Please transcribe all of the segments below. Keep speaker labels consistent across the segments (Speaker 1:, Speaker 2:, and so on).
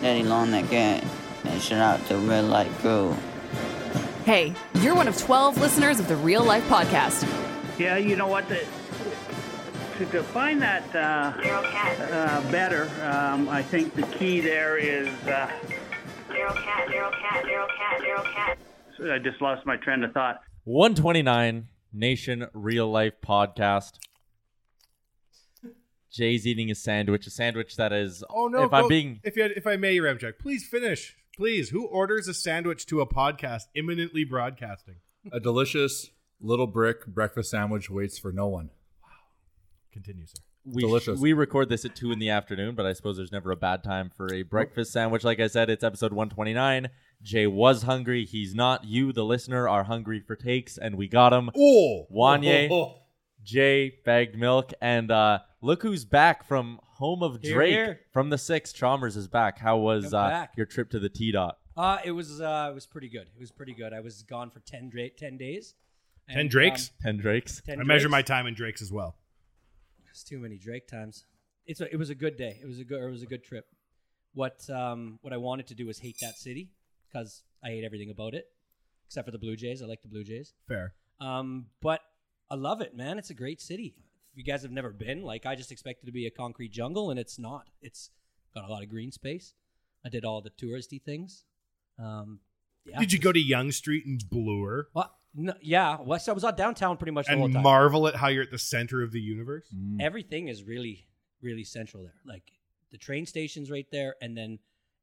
Speaker 1: Daddy long that got that shit out the red light go.
Speaker 2: Hey, you're one of 12 listeners of the Real Life Podcast.
Speaker 3: Yeah, you know what? The, to define that uh, uh, better, um, I think the key there is. Uh, So I just lost my train of thought.
Speaker 4: 129 Nation Real Life Podcast. Jay's eating a sandwich, a sandwich that is.
Speaker 5: Oh no!
Speaker 4: If
Speaker 5: go-
Speaker 4: I'm being,
Speaker 5: if you had, if I may, Ramjack, please finish. Please, who orders a sandwich to a podcast imminently broadcasting?
Speaker 6: A delicious little brick breakfast sandwich waits for no one.
Speaker 5: Continue, sir.
Speaker 4: we,
Speaker 6: delicious.
Speaker 4: we record this at two in the afternoon, but I suppose there's never a bad time for a breakfast sandwich. Like I said, it's episode 129. Jay was hungry. He's not. You, the listener, are hungry for takes, and we got him.
Speaker 5: Oh,
Speaker 4: Wanye. Jay bagged milk, and uh, look who's back from home of
Speaker 7: Here,
Speaker 4: Drake
Speaker 7: here.
Speaker 4: from the six. Chalmers is back. How was
Speaker 7: I'm
Speaker 4: uh,
Speaker 7: back.
Speaker 4: your trip to the T dot?
Speaker 7: Uh, it was uh, it was pretty good. It was pretty good. I was gone for 10, dra- 10 days.
Speaker 5: Ten
Speaker 7: um,
Speaker 5: Drakes?
Speaker 4: Ten Drakes.
Speaker 5: I measure my time in Drake's as well.
Speaker 7: It's too many Drake times. It's a, it was a good day. It was a good it was a good trip. What um what I wanted to do was hate that city because I hate everything about it except for the Blue Jays. I like the Blue Jays.
Speaker 5: Fair.
Speaker 7: Um, but I love it, man. It's a great city. If you guys have never been, like I just expected it to be a concrete jungle, and it's not. It's got a lot of green space. I did all the touristy things. Um, yeah.
Speaker 5: Did you go to Young Street and Bloor
Speaker 7: Well, no, yeah. Well, so I was out downtown pretty much the whole
Speaker 5: and
Speaker 7: time.
Speaker 5: marvel at how you're at the center of the universe?
Speaker 7: everything is really, really central there. Like the train station's right there, and then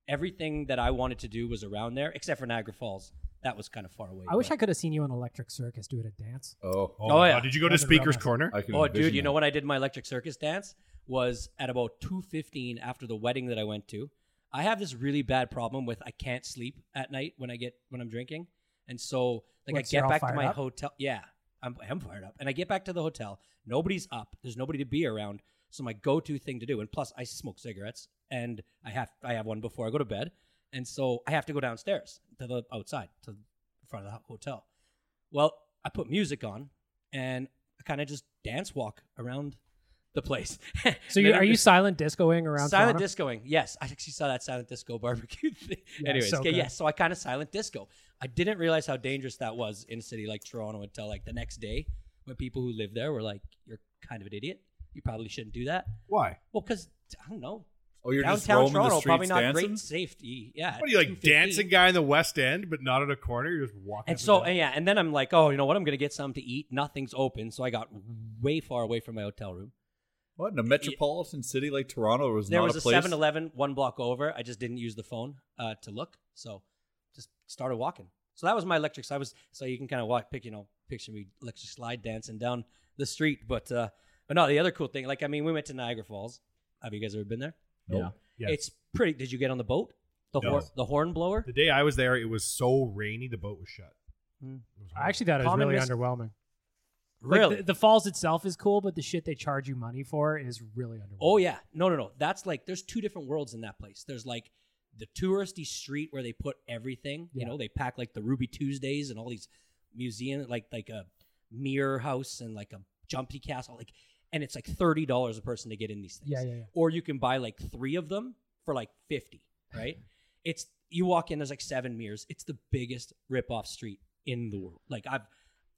Speaker 7: everything that I wanted to do was around there, except for Niagara Falls. That was kind of far away.
Speaker 8: I wish
Speaker 7: but-
Speaker 8: I could have seen you on Electric Circus do it at dance.
Speaker 6: Oh,
Speaker 5: Oh,
Speaker 7: Oh,
Speaker 5: my
Speaker 7: yeah.
Speaker 5: God. Did you go to
Speaker 8: Nothing wrong
Speaker 5: Speaker's
Speaker 8: with-
Speaker 5: Corner?
Speaker 6: I can
Speaker 7: Oh,
Speaker 6: envision
Speaker 7: dude, you
Speaker 6: that.
Speaker 7: know when I did my electric circus dance was at about two fifteen after the wedding that I went to. I have this really bad problem with I can't sleep at night when I get when I'm drinking, and so like
Speaker 8: Once
Speaker 7: I
Speaker 8: you're
Speaker 7: get
Speaker 8: all
Speaker 7: back to
Speaker 8: fired
Speaker 7: my
Speaker 8: up?
Speaker 7: hotel. Yeah, I'm I'm fired up, and I get back to the hotel. Nobody's up. There's nobody to be around. So my go-to thing to do, and plus I smoke cigarettes, and I have I have one before I go to bed, and so I have to go downstairs to the outside to the front of the hotel. Well, I put music on and I kind of just dance walk around the place.
Speaker 8: So
Speaker 7: Then
Speaker 8: you,
Speaker 7: I'm
Speaker 8: are you
Speaker 7: just-
Speaker 8: silent discoing around?
Speaker 7: silent
Speaker 8: Toronto?
Speaker 7: discoing? Yes, I actually saw that silent disco barbecue thing.
Speaker 8: Yeah,
Speaker 7: Anyways,
Speaker 8: so
Speaker 7: okay,
Speaker 8: good.
Speaker 7: yes, so I kind of silent disco. I didn't realize how dangerous that was in a city like Toronto until like the next day when people who live there were like, "You're kind of an idiot. You probably shouldn't do that."
Speaker 5: Why?
Speaker 7: Well, because I don't know.
Speaker 6: Oh, you're just
Speaker 7: Downtown
Speaker 6: roaming the
Speaker 7: Toronto, probably
Speaker 6: streets
Speaker 7: not
Speaker 6: dancing?
Speaker 7: great safety. Yeah.
Speaker 5: What are you like
Speaker 7: 2:15.
Speaker 5: dancing guy in the West End, but not at a corner? You're just walking.
Speaker 7: And
Speaker 5: up
Speaker 7: so,
Speaker 5: down.
Speaker 7: and yeah, and then I'm like, oh, you know what? I'm gonna get something to eat. Nothing's open, so I got way far away from my hotel room,
Speaker 6: What in a metropolitan city like Toronto was
Speaker 7: there
Speaker 6: not
Speaker 7: was
Speaker 6: a
Speaker 7: a
Speaker 6: place.
Speaker 7: 7-Eleven one block over. I just didn't use the phone uh, to look, so just started walking. So that was my electric. So I was so you can kind of walk, pick, you know, picture me electric slide dancing down the street. But uh, but no, the other cool thing, like I mean, we went to Niagara Falls. Have you guys ever been there?
Speaker 6: Yeah.
Speaker 5: Yes.
Speaker 7: It's pretty. Did you get on the boat? The
Speaker 5: No.
Speaker 7: hor- the horn blower.
Speaker 5: The day I was there, it was so rainy, the boat was shut.
Speaker 8: I actually thought it was
Speaker 7: Common
Speaker 8: really
Speaker 7: mis-
Speaker 8: underwhelming. Like,
Speaker 7: Really?
Speaker 8: the, the falls itself is cool, but the shit they charge you money for is really underwhelming.
Speaker 7: Oh yeah, no, no, no. That's like there's two different worlds in that place. There's like the touristy street where they put everything. You
Speaker 8: Yeah.
Speaker 7: know, they pack like the Ruby Tuesdays and all these museum, like like a mirror house and like a jumpy castle, like, and it's like thirty dollars a person to get in these things.
Speaker 8: Yeah, yeah, yeah.
Speaker 7: Or you can buy like three of them for like fifty. Right? it's you walk in. There's like seven mirrors. It's the biggest rip off street in the world. Like I've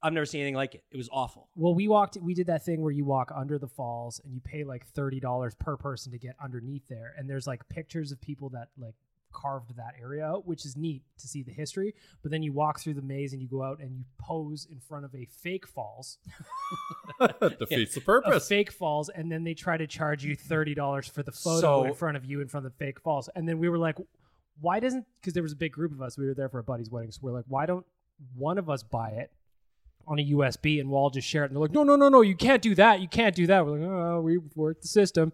Speaker 7: I've never seen anything like it. It was awful.
Speaker 8: Well, we walked. We did that thing where you walk under the falls and you pay like thirty dollars per person to get underneath there. And there's like pictures of people that like carved that area out, which is neat to see the history. But then you walk through the maze and you go out and you pose in front of a fake falls,
Speaker 6: Defeats the
Speaker 8: a
Speaker 6: purpose.
Speaker 8: fake falls, and then they try to charge you thirty dollars for the photo
Speaker 7: So-
Speaker 8: in front of you in front of the fake falls. And then we were like, why doesn't? Because there was a big group of us. We were there for a buddy's wedding, so we're like, why don't one of us buy it? on a USB and we'll all just share it. And they're like, no, no, no, no, you can't do that. You can't do that. We're like, oh, we worked the system.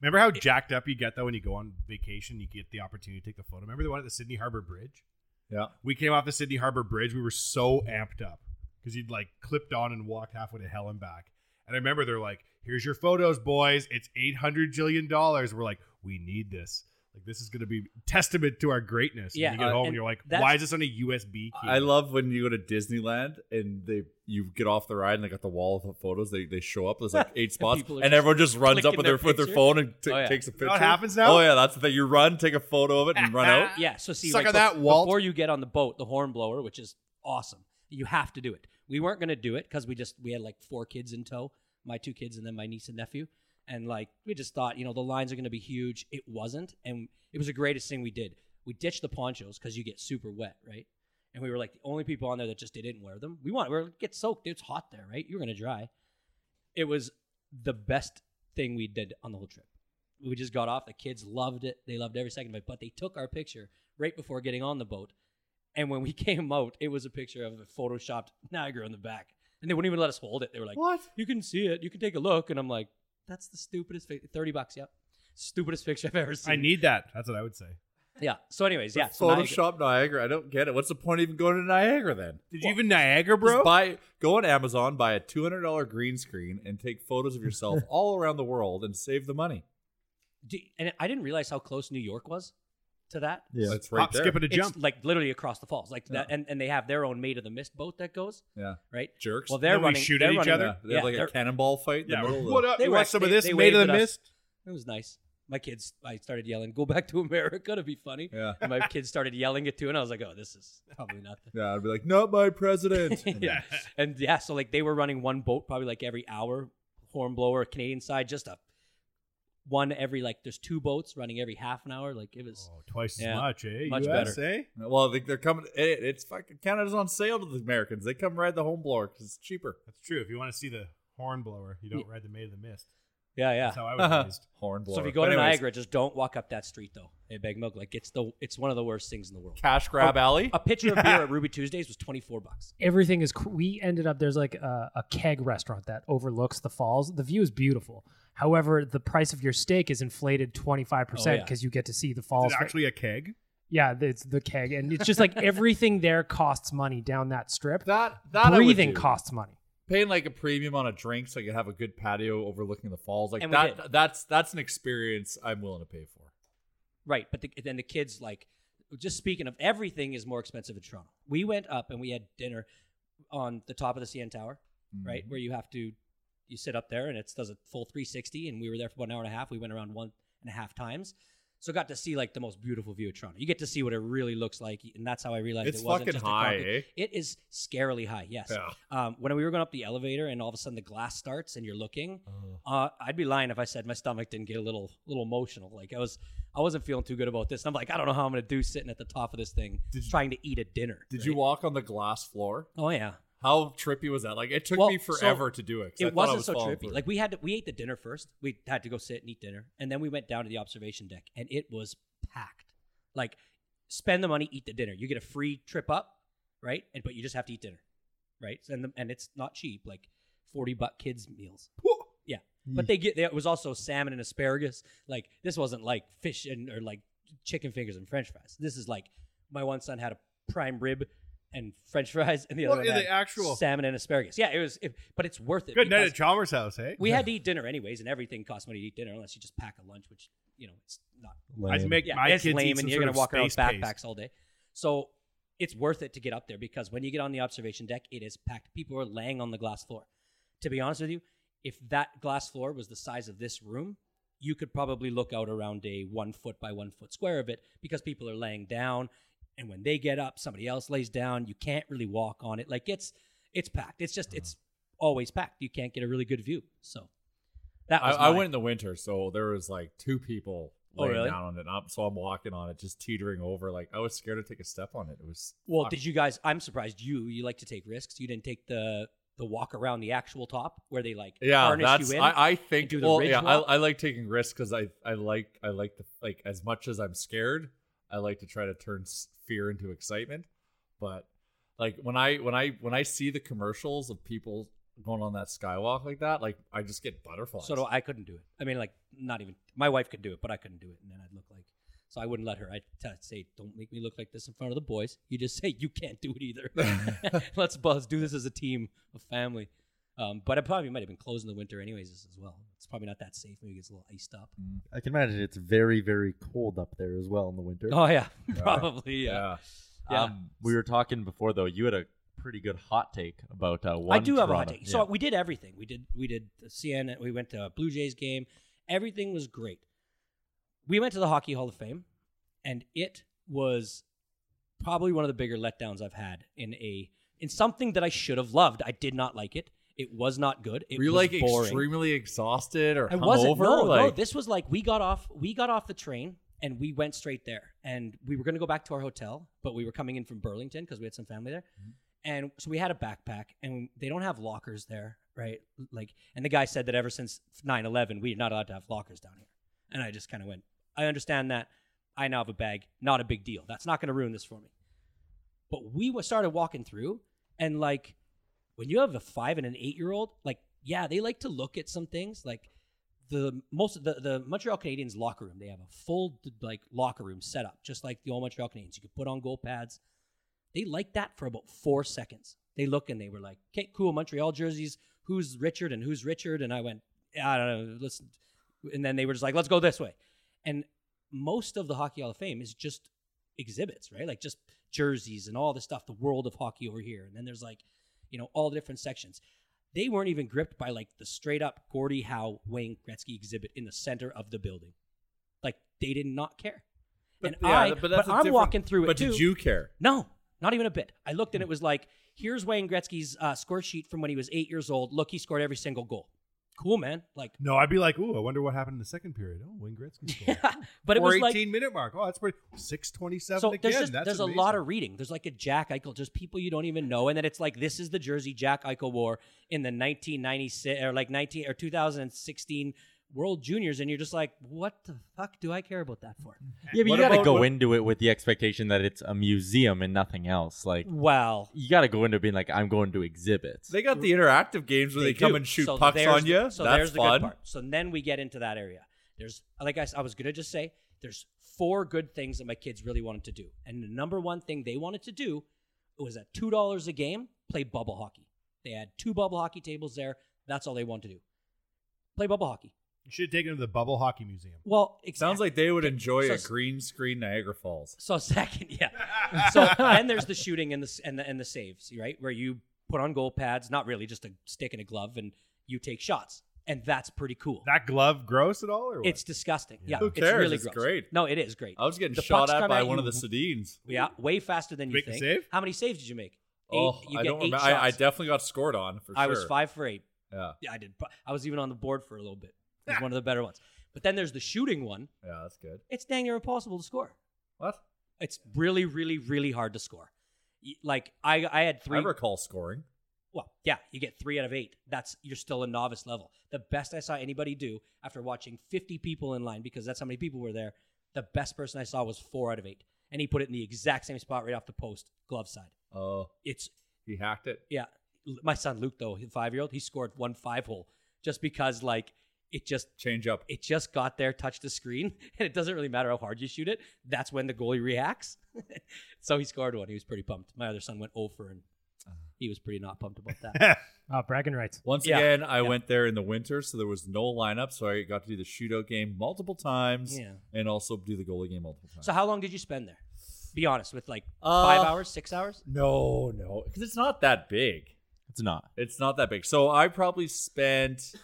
Speaker 5: Remember how jacked up you get though when you go on vacation, you get the opportunity to take the photo. Remember the one at the Sydney Harbour Bridge?
Speaker 6: Yeah.
Speaker 5: We came off the Sydney Harbour Bridge. We were so amped up because you'd like clipped on and walked halfway to hell and back. And I remember they're like, "Here's your photos, boys. It's eight hundred jillion dollars." We're like, "We need this. Like this is going to be testament to our greatness."
Speaker 7: Yeah,
Speaker 5: And you
Speaker 7: uh,
Speaker 5: get home
Speaker 7: and
Speaker 5: and you're like,
Speaker 7: that's-
Speaker 5: "Why is this on a USB?" Key?
Speaker 6: I love when you go to Disneyland and they you get off the ride and they got the wall of the photos. They they show up. There's like eight spots,
Speaker 7: people
Speaker 6: and,
Speaker 7: are just
Speaker 6: everyone just runs up
Speaker 7: clicking
Speaker 6: with
Speaker 7: their
Speaker 6: their with their
Speaker 7: picture.
Speaker 6: phone and t-
Speaker 7: Oh, yeah.
Speaker 6: takes a
Speaker 5: know
Speaker 6: picture.
Speaker 5: what happens now?
Speaker 6: Oh yeah, that's the thing. You run, take a photo of it, and run out.
Speaker 7: Yeah. So see,
Speaker 5: Suck
Speaker 7: like,
Speaker 5: on
Speaker 7: bef-
Speaker 5: that, Walt.
Speaker 7: before you get on the boat, the horn blower, which is awesome. You have to do it. We weren't going to do it because we just we had like four kids in tow, my two kids and then my niece and nephew, and like we just thought, you know, the lines are going to be huge. It wasn't, and it was the greatest thing we did. We ditched the ponchos because you get super wet, right? And we were like the only people on there that just didn't wear them. We want we are get soaked. It's hot there, right? You're going to dry. It was the best thing we did on the whole trip we just got off. The kids loved it. They loved every second of it. But they took our picture right before getting on the boat. And when we came out, it was a picture of a photoshopped Niagara on the back. And they wouldn't even let us hold it. They were like,
Speaker 6: What?
Speaker 7: You can see it. You can take a look. And I'm like, That's the stupidest fi- 30 bucks. Yep. Stupidest picture I've ever seen.
Speaker 5: I need that. That's what I would say.
Speaker 7: Yeah. So, anyways, yeah. so Niagara-
Speaker 6: Photoshop Niagara. I don't get it. What's the point of even going to Niagara then?
Speaker 5: Did you even Niagara, bro?
Speaker 6: Just buy, go on Amazon, buy a two hundred dollar green screen, and take photos of yourself all around the world, and save the money.
Speaker 7: Do- and I didn't realize how close New York was to that.
Speaker 6: Yeah, it's right
Speaker 5: Hop,
Speaker 6: there.
Speaker 5: skip, and a
Speaker 7: It's
Speaker 5: jump.
Speaker 7: like literally across the falls. Like that.
Speaker 6: Yeah.
Speaker 7: And, and they have their own Maid of the Mist boat that goes,
Speaker 6: Yeah,
Speaker 7: right?
Speaker 6: jerks.
Speaker 7: Well, they're
Speaker 5: Then we
Speaker 7: running.
Speaker 5: shoot
Speaker 7: they're
Speaker 5: at each
Speaker 7: running-
Speaker 5: other?
Speaker 6: yeah, they have like
Speaker 7: they're-
Speaker 6: a cannonball fight. in the
Speaker 5: Yeah.
Speaker 6: middle of the-
Speaker 5: What up?
Speaker 7: They
Speaker 5: you
Speaker 7: were-
Speaker 5: want some of
Speaker 7: they-
Speaker 5: this
Speaker 7: they
Speaker 5: made of
Speaker 7: waved
Speaker 5: the
Speaker 7: at us.
Speaker 5: mist?
Speaker 7: It was nice. My kids, I started yelling, "Go back to America" to be funny.
Speaker 6: Yeah.
Speaker 7: And my kids started yelling it too, and I was like, "Oh, this is probably nothing."
Speaker 6: Yeah, I'd be like, not my president.
Speaker 7: yeah. And yeah, so like they were running one boat probably like every hour, horn blower, Canadian side, just a one every like there's two boats running every half an hour. Like it was
Speaker 5: Oh, twice
Speaker 7: Yeah.
Speaker 5: as much, eh?
Speaker 7: Much better.
Speaker 5: US, eh?
Speaker 6: Well, they, they're coming. It, it's fucking Canada's on sale to the Americans. They come ride the home blower 'cause it's cheaper.
Speaker 5: That's true. If you want to see the horn blower, you don't ride the Maid of the Mist.
Speaker 7: yeah, yeah.
Speaker 5: That's how I was raised.
Speaker 6: Horn blower.
Speaker 7: So if you go
Speaker 6: But
Speaker 7: to
Speaker 6: anyways,
Speaker 7: Niagara, just don't walk up that street though. Hey, bag milk, like it's the it's one of the worst things in the world. Oh,
Speaker 6: cash grab alley.
Speaker 7: A pitcher of beer at Ruby Tuesdays was twenty four bucks.
Speaker 8: Everything is. cr- We ended up there's like a, a keg restaurant that overlooks the falls. The view is beautiful. However, the price of your steak is inflated twenty five
Speaker 7: Oh, yeah.
Speaker 8: percent because you get to see the
Speaker 5: Is
Speaker 8: falls.
Speaker 5: it actually a keg?
Speaker 8: yeah, it's the keg, and it's just like everything there costs money down that strip.
Speaker 6: That that I would
Speaker 8: breathing
Speaker 6: do.
Speaker 8: costs money.
Speaker 6: Paying like a premium on a drink so you have a good patio overlooking the falls. Like
Speaker 7: And we
Speaker 6: that.
Speaker 7: did.
Speaker 6: That's that's an experience I'm willing to pay for.
Speaker 7: Right, but the, then the kids like just speaking of everything is more expensive in Toronto. We went up and we had dinner on the top of the CN Tower,
Speaker 6: Mm-hmm.
Speaker 7: right, where you have to you sit up there and it does a full 360. And we were there for about an hour and a half. We went around one and a half times, so got to see like the most beautiful view of Toronto. You get to see what it really looks like, and that's how I realized
Speaker 6: It's
Speaker 7: it wasn't
Speaker 6: fucking
Speaker 7: just a
Speaker 6: high,
Speaker 7: copy.
Speaker 6: eh?
Speaker 7: It is scarily high. Yes.
Speaker 6: Yeah.
Speaker 7: Um, when we were going up the elevator and all of a sudden the glass starts and you're looking,
Speaker 6: Uh-huh.
Speaker 7: uh, I'd be lying if I said my stomach didn't get a little little emotional. Like I was, I wasn't feeling too good about this. And I'm like, I don't know how I'm gonna do sitting at the top of this thing,
Speaker 6: Did you-
Speaker 7: trying to eat a dinner.
Speaker 6: Did
Speaker 7: right?
Speaker 6: you walk on the glass floor?
Speaker 7: Oh yeah.
Speaker 6: How trippy was that? Like it took
Speaker 7: Well,
Speaker 6: me
Speaker 7: so
Speaker 6: forever to do it. 'cause I
Speaker 7: It
Speaker 6: thought I
Speaker 7: wasn't
Speaker 6: was
Speaker 7: so
Speaker 6: falling
Speaker 7: trippy.
Speaker 6: through.
Speaker 7: Like we had to, we ate the dinner first. We had to go sit and eat dinner, and then we went down to the observation deck, and it was packed. Like, spend the money, eat the dinner. You get a free trip up, right? And but you just have to eat dinner, right? And the, and it's not cheap. Like forty buck kids meals. Yeah, but they get it was also salmon and asparagus. Like this wasn't like fish and or like chicken fingers and French fries. This is like my one son had a prime rib. And French fries, and the
Speaker 5: What
Speaker 7: other
Speaker 5: are
Speaker 7: one
Speaker 5: the
Speaker 7: had
Speaker 5: actual-
Speaker 7: salmon and asparagus. Yeah, it was, it, but it's worth it.
Speaker 5: Good night at
Speaker 7: because-
Speaker 5: Chalmers' house, hey?
Speaker 7: we had to eat dinner anyways, and everything costs money to eat dinner unless you just pack a lunch, which you know it's not.
Speaker 5: Lame. I'd make
Speaker 7: yeah,
Speaker 5: my
Speaker 7: it's
Speaker 5: kids eat
Speaker 7: lame,
Speaker 5: some
Speaker 7: and you're
Speaker 5: sort
Speaker 7: gonna
Speaker 5: of
Speaker 7: walk around with
Speaker 5: space
Speaker 7: backpacks all day. So it's worth it to get up there because when you get on the observation deck, it is packed. People are laying on the glass floor. To be honest with you, if that glass floor was the size of this room, you could probably look out around a one foot by one foot square of it because people are laying down, and when they get up, somebody else lays down. You can't really walk on it. Like it's it's packed. It's
Speaker 6: Uh-huh.
Speaker 7: just it's always packed. You can't get a really good view. So that was
Speaker 6: I, I
Speaker 7: mine.
Speaker 6: went in the winter, so there was like two people
Speaker 7: Oh,
Speaker 6: laying
Speaker 7: really?
Speaker 6: down on it. And I'm, so I'm walking on it, just teetering over. Like I was scared to take a step on it. It was
Speaker 7: Well,
Speaker 6: fuck.
Speaker 7: did you guys? I'm surprised you. You like to take risks. You didn't take the the walk around the actual top where they like
Speaker 6: Yeah,
Speaker 7: harness
Speaker 6: that's.
Speaker 7: you in.
Speaker 6: I, I
Speaker 7: and
Speaker 6: think.
Speaker 7: do the
Speaker 6: well,
Speaker 7: ridge
Speaker 6: yeah,
Speaker 7: walk.
Speaker 6: I, I like taking risks because I I like I like the like as much as I'm scared, I like to try to turn s- fear into excitement. But like when I when I when I see the commercials of people going on that skywalk like that, like I just get butterflies.
Speaker 7: so do I couldn't do it. I mean, like not even my wife could do it, but I couldn't do it, and then I'd look like. So I wouldn't let her. I'd t- say, "Don't make me look like this in front of the boys." You just say, "You can't do it either." Let's buzz do this as a team, a family. Um, but it probably might have been closed in the winter, anyways, as as well. It's probably not that safe. Maybe it gets a little iced up.
Speaker 6: Mm,
Speaker 4: I can imagine it's very, very cold up there as well in the winter.
Speaker 7: Oh yeah, probably yeah. Yeah.
Speaker 4: Um, we were talking before though. You had a pretty good hot take about uh, one.
Speaker 7: I do have a hot
Speaker 4: Toronto-
Speaker 7: take. So
Speaker 4: yeah.
Speaker 7: we did everything. We did we did the CNN. We went to a Blue Jays game. Everything was great. We went to the Hockey Hall of Fame, and it was probably one of the bigger letdowns I've had in a in something that I should have loved. I did not like it. It was not good. It
Speaker 6: Were you
Speaker 7: was
Speaker 6: like
Speaker 7: boring.
Speaker 6: extremely exhausted or
Speaker 7: I wasn't.
Speaker 6: hungover?
Speaker 7: No, no.
Speaker 6: Like-
Speaker 7: This was like we got off. We got off the train and we went straight there. And we were going to go back to our hotel, but we were coming in from Burlington because we had some family there. And so we had a backpack, and they don't have lockers there, right? Like, and the guy said that ever since 9/11, we are not allowed to have lockers down here. And I just kind of went, I understand that. I now have a bag. Not a big deal. That's not going to ruin this for me. But we wa- started walking through, and like, when you have a five and an eight year old, like, yeah, they like to look at some things. Like, the most of the, the Montreal Canadiens locker room, they have a full like locker room set up, just like the old Montreal Canadiens. You could put on goal pads. They liked that for about four seconds. They look and they were like, "Okay, cool, Montreal jerseys. Who's Richard and who's Richard?" And I went, "I don't know. Let's." And then they were just like, "Let's go this way." And most of the Hockey Hall of Fame is just exhibits, right? Like just jerseys and all this stuff. The world of hockey over here, and then there's like, you know, all the different sections they weren't even gripped by like the straight up Gordie Howe Wayne Gretzky exhibit in the center of the building. Like they did not care. and
Speaker 6: yeah,
Speaker 7: I,
Speaker 6: but
Speaker 7: but,
Speaker 6: that's a
Speaker 7: I'm
Speaker 6: different-
Speaker 7: walking through it
Speaker 6: but
Speaker 7: too.
Speaker 6: did you care?
Speaker 7: No, not even a bit. I looked and it was like, here's Wayne Gretzky's uh, score sheet from when he was eight years old. Look, he scored every single goal. Cool, man. Like,
Speaker 5: No, I'd be like, ooh, I wonder what happened in the second period. Oh, Wayne Gretzky scored.
Speaker 7: but it
Speaker 5: Or
Speaker 7: was like
Speaker 5: 18 minute mark. Oh, that's pretty. 627
Speaker 7: so
Speaker 5: again.
Speaker 7: there's just
Speaker 5: that's
Speaker 7: there's
Speaker 5: amazing.
Speaker 7: a lot of reading. There's like a Jack Eichel, just people you don't even know, and then it's like this is the jersey Jack Eichel wore in the 1996 or like 19 or 2016 World Juniors, and you're just like, what the fuck do I care about that for?
Speaker 4: Yeah, but you got to go into it with the expectation that it's a museum and nothing else. Like,
Speaker 7: Well.
Speaker 4: you got to go into being like, I'm going to exhibits.
Speaker 6: They got the interactive games where they, come
Speaker 7: do.
Speaker 6: and shoot
Speaker 7: So
Speaker 6: pucks
Speaker 7: there's-
Speaker 6: on you.
Speaker 7: So
Speaker 6: That's
Speaker 7: there's the
Speaker 6: fun.
Speaker 7: good part. So then we get into that area. There's like I, s- I was gonna just say there's four good things that my kids really wanted to do, and the number one thing they wanted to do was at two dollars a game play bubble hockey. They had two bubble hockey tables there. That's all they wanted to do. Play bubble hockey.
Speaker 5: You should have taken them to the Bubble Hockey Museum.
Speaker 7: Well,
Speaker 6: Sounds like they would enjoy
Speaker 7: So
Speaker 6: a
Speaker 7: s-
Speaker 6: green screen Niagara Falls.
Speaker 7: So second, yeah. So then there's the shooting and the and the and the saves, right? Where you put on goal pads, not really, just a stick and a glove, and you take shots, and that's pretty cool.
Speaker 5: That glove gross at all? Or what?
Speaker 7: It's disgusting. Yeah,
Speaker 6: Who
Speaker 7: it's
Speaker 6: cares?
Speaker 7: really
Speaker 6: It's
Speaker 7: gross.
Speaker 6: great.
Speaker 7: No, it is great.
Speaker 6: I was getting
Speaker 7: The
Speaker 6: shot
Speaker 7: pucks
Speaker 6: at
Speaker 7: come
Speaker 6: by one of
Speaker 7: you-
Speaker 6: the Sedines.
Speaker 7: Yeah, way faster than you
Speaker 6: Make the
Speaker 7: think.
Speaker 6: save?
Speaker 7: How many saves did you make? Eight-
Speaker 6: Oh,
Speaker 7: you
Speaker 6: I
Speaker 7: get
Speaker 6: don't
Speaker 7: eight
Speaker 6: remember. I, I
Speaker 7: shots.
Speaker 6: definitely got scored on for sure.
Speaker 7: I was five for eight.
Speaker 6: Yeah.
Speaker 7: I did. pro- I was even on the board for a little bit. It was one of the better ones. But then there's the shooting one.
Speaker 6: Yeah, that's good.
Speaker 7: It's dang near impossible to score.
Speaker 6: What?
Speaker 7: It's really, really, really hard to score. Y- Like I, I had three.
Speaker 6: I recall scoring.
Speaker 7: Well, yeah, you get three out of eight. That's you're still a novice level. The best I saw anybody do after watching 50 people in line, because that's how many people were there. The best person I saw was four out of eight, and he put it in the exact same spot right off the post, glove side.
Speaker 6: Oh,
Speaker 7: it's
Speaker 6: he hacked it.
Speaker 7: Yeah, L- my son Luke though, his five year old, he scored one five hole just because like it just
Speaker 6: change up.
Speaker 7: It just got there, touched the screen, and it doesn't really matter how hard you shoot it. That's when the goalie reacts. so he scored one. He was pretty pumped. My other son went over, and he was pretty not pumped about that.
Speaker 8: Oh, bragging rights.
Speaker 6: Once
Speaker 7: Yeah.
Speaker 6: again, I
Speaker 7: Yeah.
Speaker 6: went there in the winter, so there was no lineup, so I got to do the shootout game multiple times,
Speaker 7: Yeah.
Speaker 6: and also do the goalie game multiple times.
Speaker 7: so how long did you spend there? Be honest, with like five
Speaker 6: Uh,
Speaker 7: hours, six hours?
Speaker 6: No, no, because it's not that big.
Speaker 4: It's not.
Speaker 6: It's not that big. So I probably spent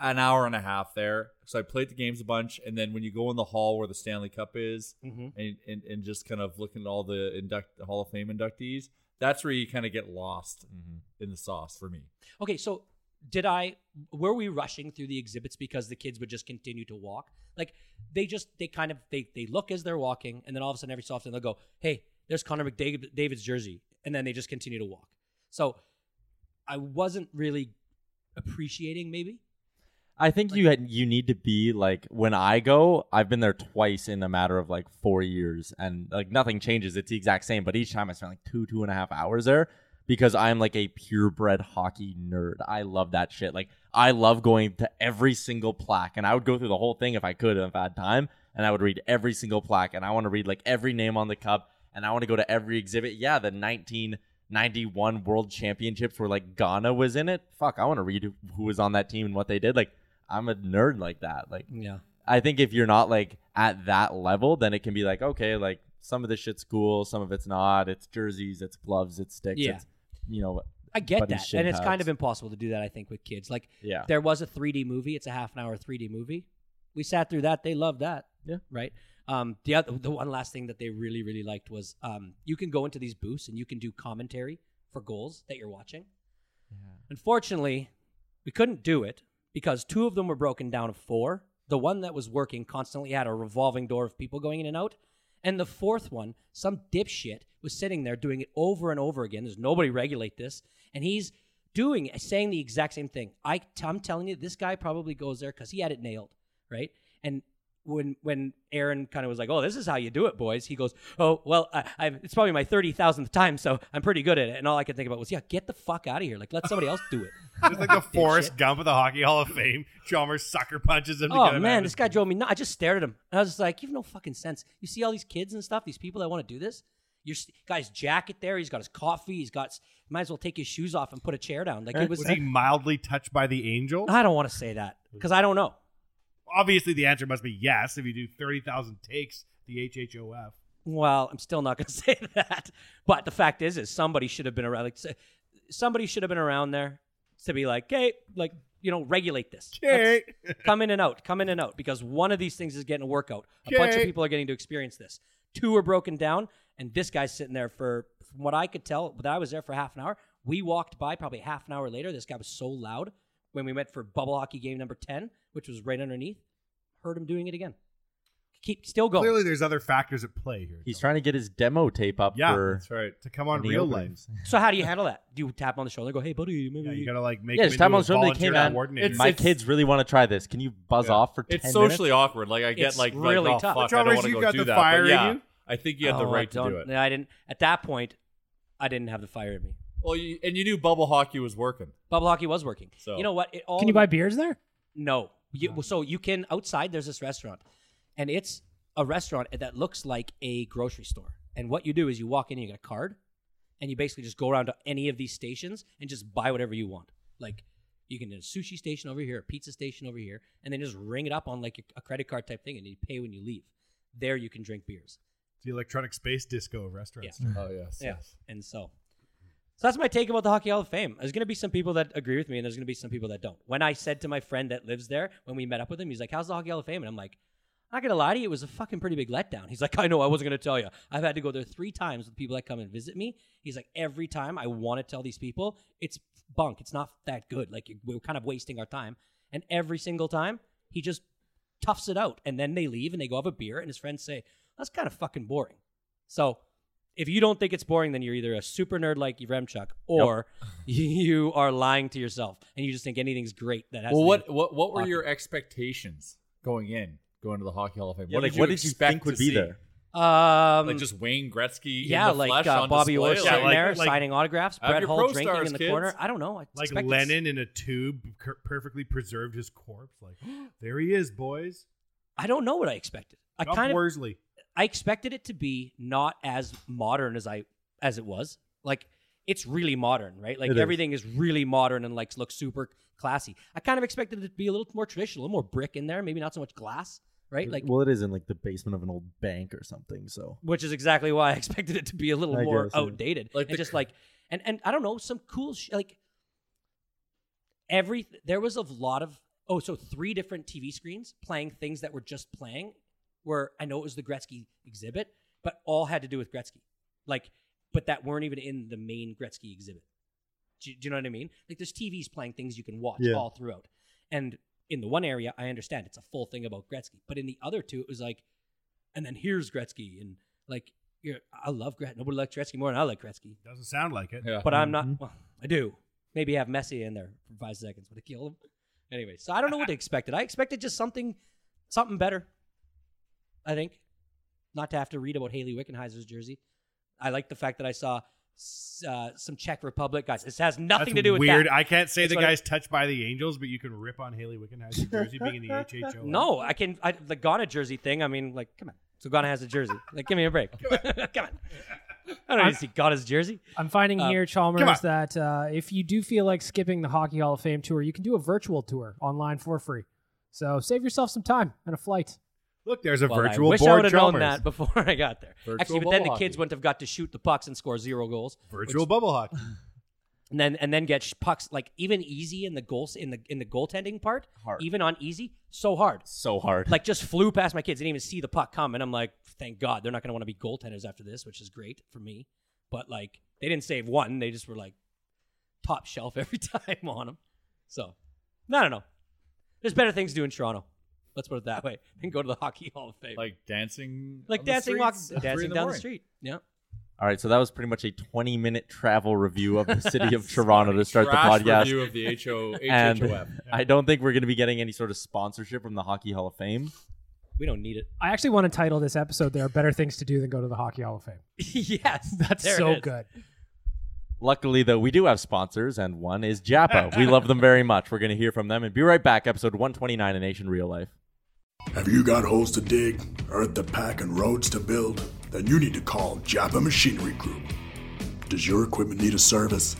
Speaker 6: an hour and a half there. So I played the games a bunch, and then when you go in the hall where the Stanley Cup is,
Speaker 7: Mhm.
Speaker 6: and, and and just kind of looking at all the induct the Hall of Fame inductees, that's where you kind of get lost in the sauce for me.
Speaker 7: Okay, so did I? Were we rushing through the exhibits because the kids would just continue to walk? Like they just they kind of they they look as they're walking, and then all of a sudden every so often they'll go, "Hey, there's Connor McDavid David's jersey," and then they just continue to walk. So I wasn't really appreciating maybe.
Speaker 4: I think you had, you need to be like when I go, I've been there twice in a matter of like four years, and like nothing changes. It's the exact same, but each time I spend like two two and a half hours there because I'm like a purebred hockey nerd. I love that shit. Like I love going to every single plaque, and I would go through the whole thing if I could and if I had time, and I would read every single plaque, and I want to read like every name on the cup, and I want to go to every exhibit. Yeah, the 19- 91 World Championships where like Ghana was in it. Fuck, I want to read who- who was on that team and what they did. Like I'm a nerd like that. Like
Speaker 7: Yeah.
Speaker 4: I think if you're not like at that level, then it can be like okay, like some of this shit's cool, some of it's not. It's jerseys, it's gloves, it's sticks.
Speaker 7: Yeah.
Speaker 4: It's, you know,
Speaker 7: I get
Speaker 4: buddy
Speaker 7: that,
Speaker 4: shit
Speaker 7: and it's kind
Speaker 4: hats.
Speaker 7: of impossible to do that. I think with kids, like
Speaker 4: Yeah.
Speaker 7: there was a 3D movie. It's a half an hour 3D movie. We sat through that. They loved that.
Speaker 4: Yeah.
Speaker 7: Right. Um. The other, the one last thing that they really really liked was um. You can go into these booths and you can do commentary for goals that you're watching. Unfortunately, we couldn't do it because two of them were broken down of four. The one that was working constantly had a revolving door of people going in and out. And the fourth one, some dipshit was sitting there doing it over and over again. There's nobody regulate this. And he's doing, saying the exact same thing. I, I'm telling you, this guy probably goes there because he had it nailed, right? And when when Aaron kind of was like, "Oh, this is how you do it, boys," he goes, "Oh, well, I, I've, it's probably my thirty thousandth time, so I'm pretty good at it." And all I could think about was, "Yeah, get the fuck out of here! Like, let somebody else do it."
Speaker 5: Just like the
Speaker 7: Dipshit.
Speaker 5: Forrest Gump of the Hockey Hall of Fame. Chalmers sucker punches him. to get
Speaker 7: Oh
Speaker 5: him out
Speaker 7: man,
Speaker 5: of
Speaker 7: this
Speaker 5: his-
Speaker 7: guy drove me nuts. I just stared at him, and I was just like, "You have no fucking sense." You see all these kids and stuff, these people that want to do this. Your s- guy's jacket there. He's got his coffee. He's got. s- Might as well take his shoes off and put a chair down. Like it was.
Speaker 5: Eh? he mildly touched by the angel?
Speaker 7: I don't want to say that because I don't know.
Speaker 5: Obviously, the answer must be yes. If you do thirty thousand takes, the HHOF.
Speaker 7: Well, I'm still not going to say that. But the fact is, is somebody should have been around. Like, s- somebody should have been around there to be like, hey, like you know, regulate this.
Speaker 5: Okay.
Speaker 7: Let's- come in and out, come in and out, because one of these things is getting a workout. A bunch of
Speaker 5: Okay.
Speaker 7: people are getting to experience this. Two are broken down, and this guy's sitting there for, from what I could tell, that I was there for half an hour. We walked by probably half an hour later. This guy was so loud when we went for bubble hockey game number ten, which was right underneath. Heard him doing it again. Keep still going.
Speaker 5: Clearly, there's other factors at play here.
Speaker 4: he's trying to get his demo tape up.
Speaker 5: Yeah,
Speaker 4: for
Speaker 5: that's right. To come on
Speaker 4: the
Speaker 5: real
Speaker 4: openings.
Speaker 7: So how do you handle that? Do you tap on the shoulder and go, "Hey, buddy, maybe
Speaker 5: Yeah, you gotta like make
Speaker 4: Yeah,
Speaker 5: him
Speaker 4: just time
Speaker 5: into
Speaker 4: on
Speaker 5: a
Speaker 4: show. They
Speaker 5: volunteer
Speaker 4: came out.
Speaker 5: coordinator.
Speaker 4: My kids really want to try this. Can you buzz
Speaker 6: Yeah.
Speaker 4: off for ten
Speaker 6: It's socially
Speaker 4: minutes?
Speaker 6: awkward. Like I get
Speaker 7: It's
Speaker 6: like
Speaker 7: really
Speaker 6: like, oh,
Speaker 7: tough.
Speaker 6: fuck, I
Speaker 5: Chalmers,
Speaker 6: don't want to
Speaker 5: you
Speaker 6: go
Speaker 5: got
Speaker 6: do
Speaker 5: the
Speaker 6: that. but
Speaker 5: fire in
Speaker 6: yeah,
Speaker 5: you?
Speaker 6: I think you had the
Speaker 7: Oh, I
Speaker 6: right to do
Speaker 7: don't-
Speaker 6: it.
Speaker 7: I didn't. At that point, I didn't have the fire in me.
Speaker 6: Well, you, and you knew bubble hockey was working.
Speaker 7: Bubble hockey was working.
Speaker 6: So-
Speaker 7: you know what? It all
Speaker 8: Can you buy beers there? Uh-huh.
Speaker 7: No. You, well, So you can outside. There's this restaurant, and it's a restaurant that looks like a grocery store. And what you do is you walk in, you get a card, and you basically just go around to any of these stations and just buy whatever you want. Like you can do a sushi station over here, a pizza station over here, and then just ring it up on like a credit card type thing, and you pay when you leave. There you can drink beers.
Speaker 5: the electronic space disco of restaurants.
Speaker 7: Yeah.
Speaker 6: Oh yes,
Speaker 7: Yeah.
Speaker 6: yes.
Speaker 7: And so, so that's my take about the Hockey Hall of Fame. There's going to be some people that agree with me, and there's going to be some people that don't. When I said to my friend that lives there, when we met up with him, he's like, "How's the Hockey Hall of Fame?" And I'm like, "Not going to lie to you, it was a fucking pretty big letdown." He's like, "I know, I wasn't going to tell you. I've had to go there three times with people that come and visit me." He's like, "Every time I want to tell these people, it's bunk. It's not that good. Like you- we're kind of wasting our time." And every single time, he just toughs it out, and then they leave and they go have a beer, and his friends say, "That's kind of fucking boring." So if you don't think it's boring, then you're either a super nerd like Remchuk or you are lying to yourself and you just think anything's great that has.
Speaker 6: Well,
Speaker 7: to do
Speaker 6: what
Speaker 7: with
Speaker 6: what what were
Speaker 7: hockey.
Speaker 6: your expectations going in, going to the Hockey Hall of Fame?
Speaker 4: Yeah, like, what did you
Speaker 6: expect
Speaker 4: think would
Speaker 6: to
Speaker 4: be
Speaker 6: see?
Speaker 4: there?
Speaker 7: Um,
Speaker 6: like just Wayne Gretzky, in
Speaker 7: yeah,
Speaker 6: the
Speaker 7: like,
Speaker 6: flesh
Speaker 7: uh,
Speaker 6: on
Speaker 7: Bobby
Speaker 6: display?
Speaker 7: Orr sitting there signing autographs,
Speaker 6: have
Speaker 7: Brett
Speaker 6: your
Speaker 7: Hull
Speaker 6: pro
Speaker 7: drinking
Speaker 6: stars,
Speaker 7: in the
Speaker 6: kids.
Speaker 7: corner. I don't know. I
Speaker 5: like
Speaker 7: expect it's-
Speaker 5: Lennon in a tube, cur- perfectly preserved his corpse. Like there he is, boys.
Speaker 7: I don't know what I expected. I
Speaker 5: Doc
Speaker 7: kind of
Speaker 5: Worsley.
Speaker 7: I expected it to be not as modern as I as it was. Like it's really modern, right? Like
Speaker 4: It is.
Speaker 7: everything is. really modern and like looks super classy. I kind of expected it to be a little more traditional, a little more brick in there, maybe not so much glass, right? Like
Speaker 4: well, it is in like the basement of an old bank or something. So
Speaker 7: which is exactly why I expected it to be a little
Speaker 4: I
Speaker 7: more
Speaker 4: guess, yeah.
Speaker 7: outdated.
Speaker 6: Like
Speaker 7: Like
Speaker 6: the-
Speaker 7: and just like and and I don't know, some cool sh- like every there was a lot of oh, so three different TV screens playing things that were just playing where I know it was the Gretzky exhibit, but all had to do with Gretzky. Like but that weren't even in the main Gretzky exhibit. Do you, do you know what I mean? Like there's TVs playing things you can watch
Speaker 4: Yeah.
Speaker 7: all throughout. And in the one area, I understand it's a full thing about Gretzky, but in the other two, it was like, and then here's Gretzky, and like, you're, I love Gretzky. Nobody likes Gretzky more than I like Gretzky,
Speaker 5: Doesn't sound like it.
Speaker 6: Yeah.
Speaker 7: but I'm
Speaker 8: Mm-hmm.
Speaker 7: not. Well, I do. Maybe have Messi in there for five seconds, but I kill him anyway. So I don't know what to expect. I expected just something, something better. I think, not to have to read about Haley Wickenheiser's jersey. I like the fact that I saw s- uh, some Czech Republic guys. This has
Speaker 5: Mm-hmm. That's
Speaker 7: nothing to do with
Speaker 5: weird.
Speaker 7: That.
Speaker 5: I can't say
Speaker 7: That's
Speaker 5: the
Speaker 7: what I-
Speaker 5: guy's touched by the Angels, but you can rip on Haley Wickenheiser's jersey being in the HHO.
Speaker 7: No, I can. I, the Ghana jersey thing. I mean, like, come on. So Ghana has a jersey. Like, give me a break. come on. I don't need to see Ghana's jersey.
Speaker 8: I'm finding
Speaker 7: Uh,
Speaker 8: here,
Speaker 7: come on.
Speaker 8: Chalmers, that uh, if you do feel like skipping the Hockey Hall of Fame tour, you can do a virtual tour online for free. So save yourself some time and a flight.
Speaker 5: Look, there's a
Speaker 7: Well,
Speaker 5: virtual
Speaker 7: I wish I
Speaker 5: board
Speaker 7: would have known
Speaker 5: Chalmers.
Speaker 7: that before I got there.
Speaker 6: Virtual
Speaker 7: Actually, but then the
Speaker 6: bubble
Speaker 7: kids
Speaker 6: hockey.
Speaker 7: wouldn't have got to shoot the pucks and score zero goals.
Speaker 5: Virtual
Speaker 7: which-
Speaker 5: bubble hockey.
Speaker 7: and then and then get sh- pucks like even easy in the goals in the in the goaltending part.
Speaker 4: Hard.
Speaker 7: Even on easy, so hard.
Speaker 4: so hard.
Speaker 7: Like just flew past my kids, didn't even see the puck come, and I'm like, thank God they're not going to want to be goaltenders after this, which is great for me. But like they didn't save one; they just were like top shelf every time on them. So I don't know. There's better things to do in Toronto. Let's put it that way. Than go to the Hockey Hall of Fame.
Speaker 6: like dancing,
Speaker 7: like
Speaker 6: on the
Speaker 7: dancing, walk,
Speaker 6: streets at three
Speaker 7: dancing
Speaker 6: in the
Speaker 7: down the
Speaker 6: morning.
Speaker 7: street. Yeah.
Speaker 4: All right, so that was pretty much a 20 minute travel review of the city of
Speaker 6: Sorry,
Speaker 4: Toronto to start
Speaker 6: trash
Speaker 4: the podcast.
Speaker 6: review of the HO
Speaker 4: and
Speaker 6: HHOF.
Speaker 4: I don't think we're going to be getting any sort of sponsorship from the Hockey Hall of Fame.
Speaker 7: We don't need it.
Speaker 8: I actually want to title this episode "There Are Better Things to Do Than Go to the Hockey Hall of Fame."
Speaker 7: yes,
Speaker 8: That's
Speaker 7: there it
Speaker 8: so
Speaker 7: is.
Speaker 8: good.
Speaker 4: Luckily, though, we do have sponsors, and one is Japa. we love them very much. We're going to hear from them and be right back. Episode 129 of Nation Real Life.
Speaker 9: Have you got holes to dig, earth to pack, and roads to build? Then you need to call Japa Machinery Group. Does your equipment need a service?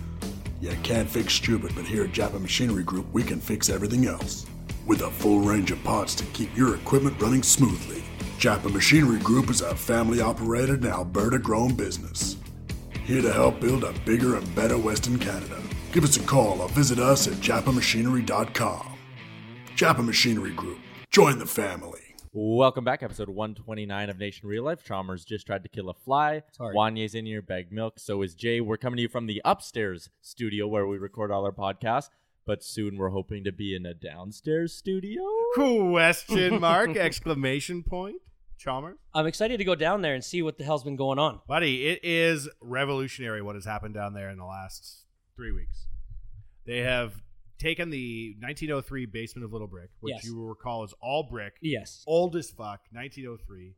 Speaker 9: You can't fix stupid, but here at Japa Machinery Group, we can fix everything else. With a full range of parts to keep your equipment running smoothly, Japa Machinery Group is a family operated and Alberta grown business. Here to help build a bigger and better Western Canada. Give us a call or visit us at japamachinery.com. Japa Machinery Group. Join the family.
Speaker 4: Welcome back, episode 129 of Nation Real Life. Chalmers just tried to kill a fly.
Speaker 7: Sorry.
Speaker 4: Wanye's in here, bag milk. So is Jay. We're coming to you from the upstairs studio where we record all our podcasts, but soon we're hoping to be in a downstairs studio.
Speaker 5: Question mark! exclamation point! Chalmers,
Speaker 7: I'm excited to go down there and see what the hell's been going on.
Speaker 5: buddy, it is revolutionary what has happened down there in the last three weeks. They have taken the 1903 basement of Little Brick, which
Speaker 7: Yes.
Speaker 5: you will recall is all brick.
Speaker 7: Yes.
Speaker 5: old as fuck, 1903.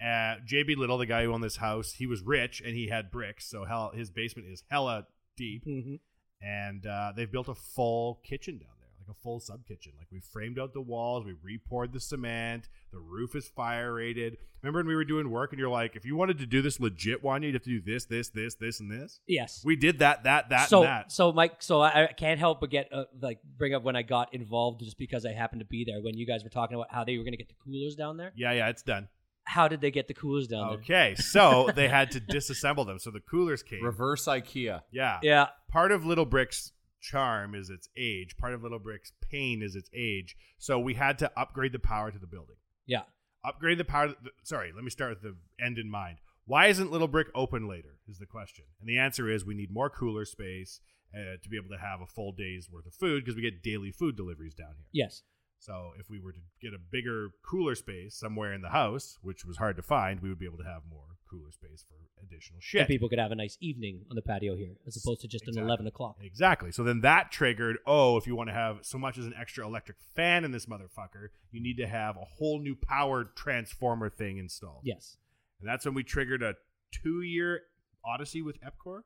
Speaker 5: Uh, JB Little, the guy who owned this house, he was rich and he had bricks, so hell, his basement is hella deep.
Speaker 7: Mm-hmm.
Speaker 5: And uh, they've built a full kitchen down there, like a full sub kitchen. Like we framed out the walls, we re-poured the cement, the roof is fire rated. Remember when we were doing work and you're like, if you wanted to do this legit, one, you'd have to do this, this, this, this, and this.
Speaker 7: Yes.
Speaker 5: We did that, that, that,
Speaker 7: so,
Speaker 5: and that.
Speaker 7: so Mike, so I, I can't help but get uh, like bring up when I got involved just because I happened to be there when you guys were talking about how they were going to get the coolers down there.
Speaker 5: Yeah, yeah, it's done.
Speaker 7: How did they get the coolers down
Speaker 5: Okay, so they had to disassemble them. So the coolers came.
Speaker 6: Reverse IKEA.
Speaker 5: Yeah.
Speaker 7: there? Yeah.
Speaker 5: part of Little Brick's charm is its age. Part of Little Brick's pain is its age. So we had to upgrade the power to the building.
Speaker 7: Yeah.
Speaker 5: Upgrade the power. th- sorry, let me start with the end in mind. Why isn't Little Brick open later? Is the question. And the answer is we need more cooler space uh, to be able to have a full day's worth of food because we get daily food deliveries down here.
Speaker 7: Yes.
Speaker 5: So if we were to get a bigger cooler space somewhere in the house, which was hard to find, we would be able to have more cooler space for additional shit.
Speaker 7: And people could have a nice evening on the patio here as opposed to just an 11 o'clock.
Speaker 5: Exactly. So then that triggered, oh, if you want to have so much as an extra electric fan in this motherfucker, you need to have a whole new power transformer thing installed.
Speaker 7: Yes.
Speaker 5: And that's when we triggered a two year odyssey with Epcor.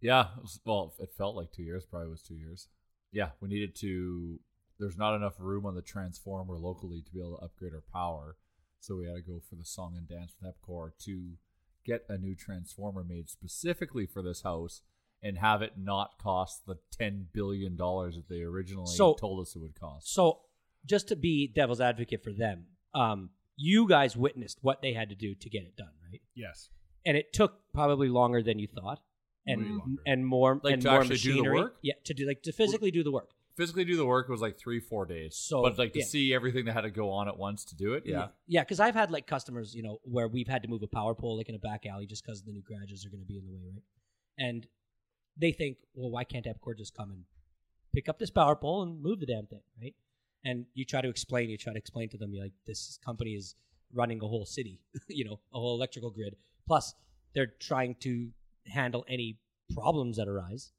Speaker 6: Yeah, it was- well, it felt like two years. Probably was two years. Yeah, we needed to. There's not enough room on the transformer locally to be able to upgrade our power, so we had to go for the song and dance with Epcor to get a new transformer made specifically for this house and have it not cost the ten billion dollars that they originally
Speaker 7: So-
Speaker 6: told us it would cost.
Speaker 7: So, just to be devil's advocate for them, um, you guys witnessed what they had to do to get it done, right?
Speaker 5: Yes.
Speaker 7: And it took probably longer than you thought,
Speaker 6: Way
Speaker 7: and
Speaker 6: longer.
Speaker 7: and more
Speaker 6: Like
Speaker 7: and
Speaker 6: to
Speaker 7: more
Speaker 6: actually do the
Speaker 7: machinery.
Speaker 6: work?
Speaker 7: Yeah, to do like to physically do the work.
Speaker 6: Physically do the work was like three, four days.
Speaker 7: So,
Speaker 6: but like to
Speaker 7: yeah.
Speaker 6: see everything that had to go on at once to do it, yeah.
Speaker 7: yeah, because I've had like customers, you know, where we've had to move a power pole like in a back alley just because the new garages are going to be in the way, right? And they think, well, why can't Epcor just come and pick up this power pole and move the damn thing, right? And you try to explain, you try to explain to them, you're like, this company is running a whole city, you know, a whole electrical grid. Plus, they're trying to handle any problems that arise,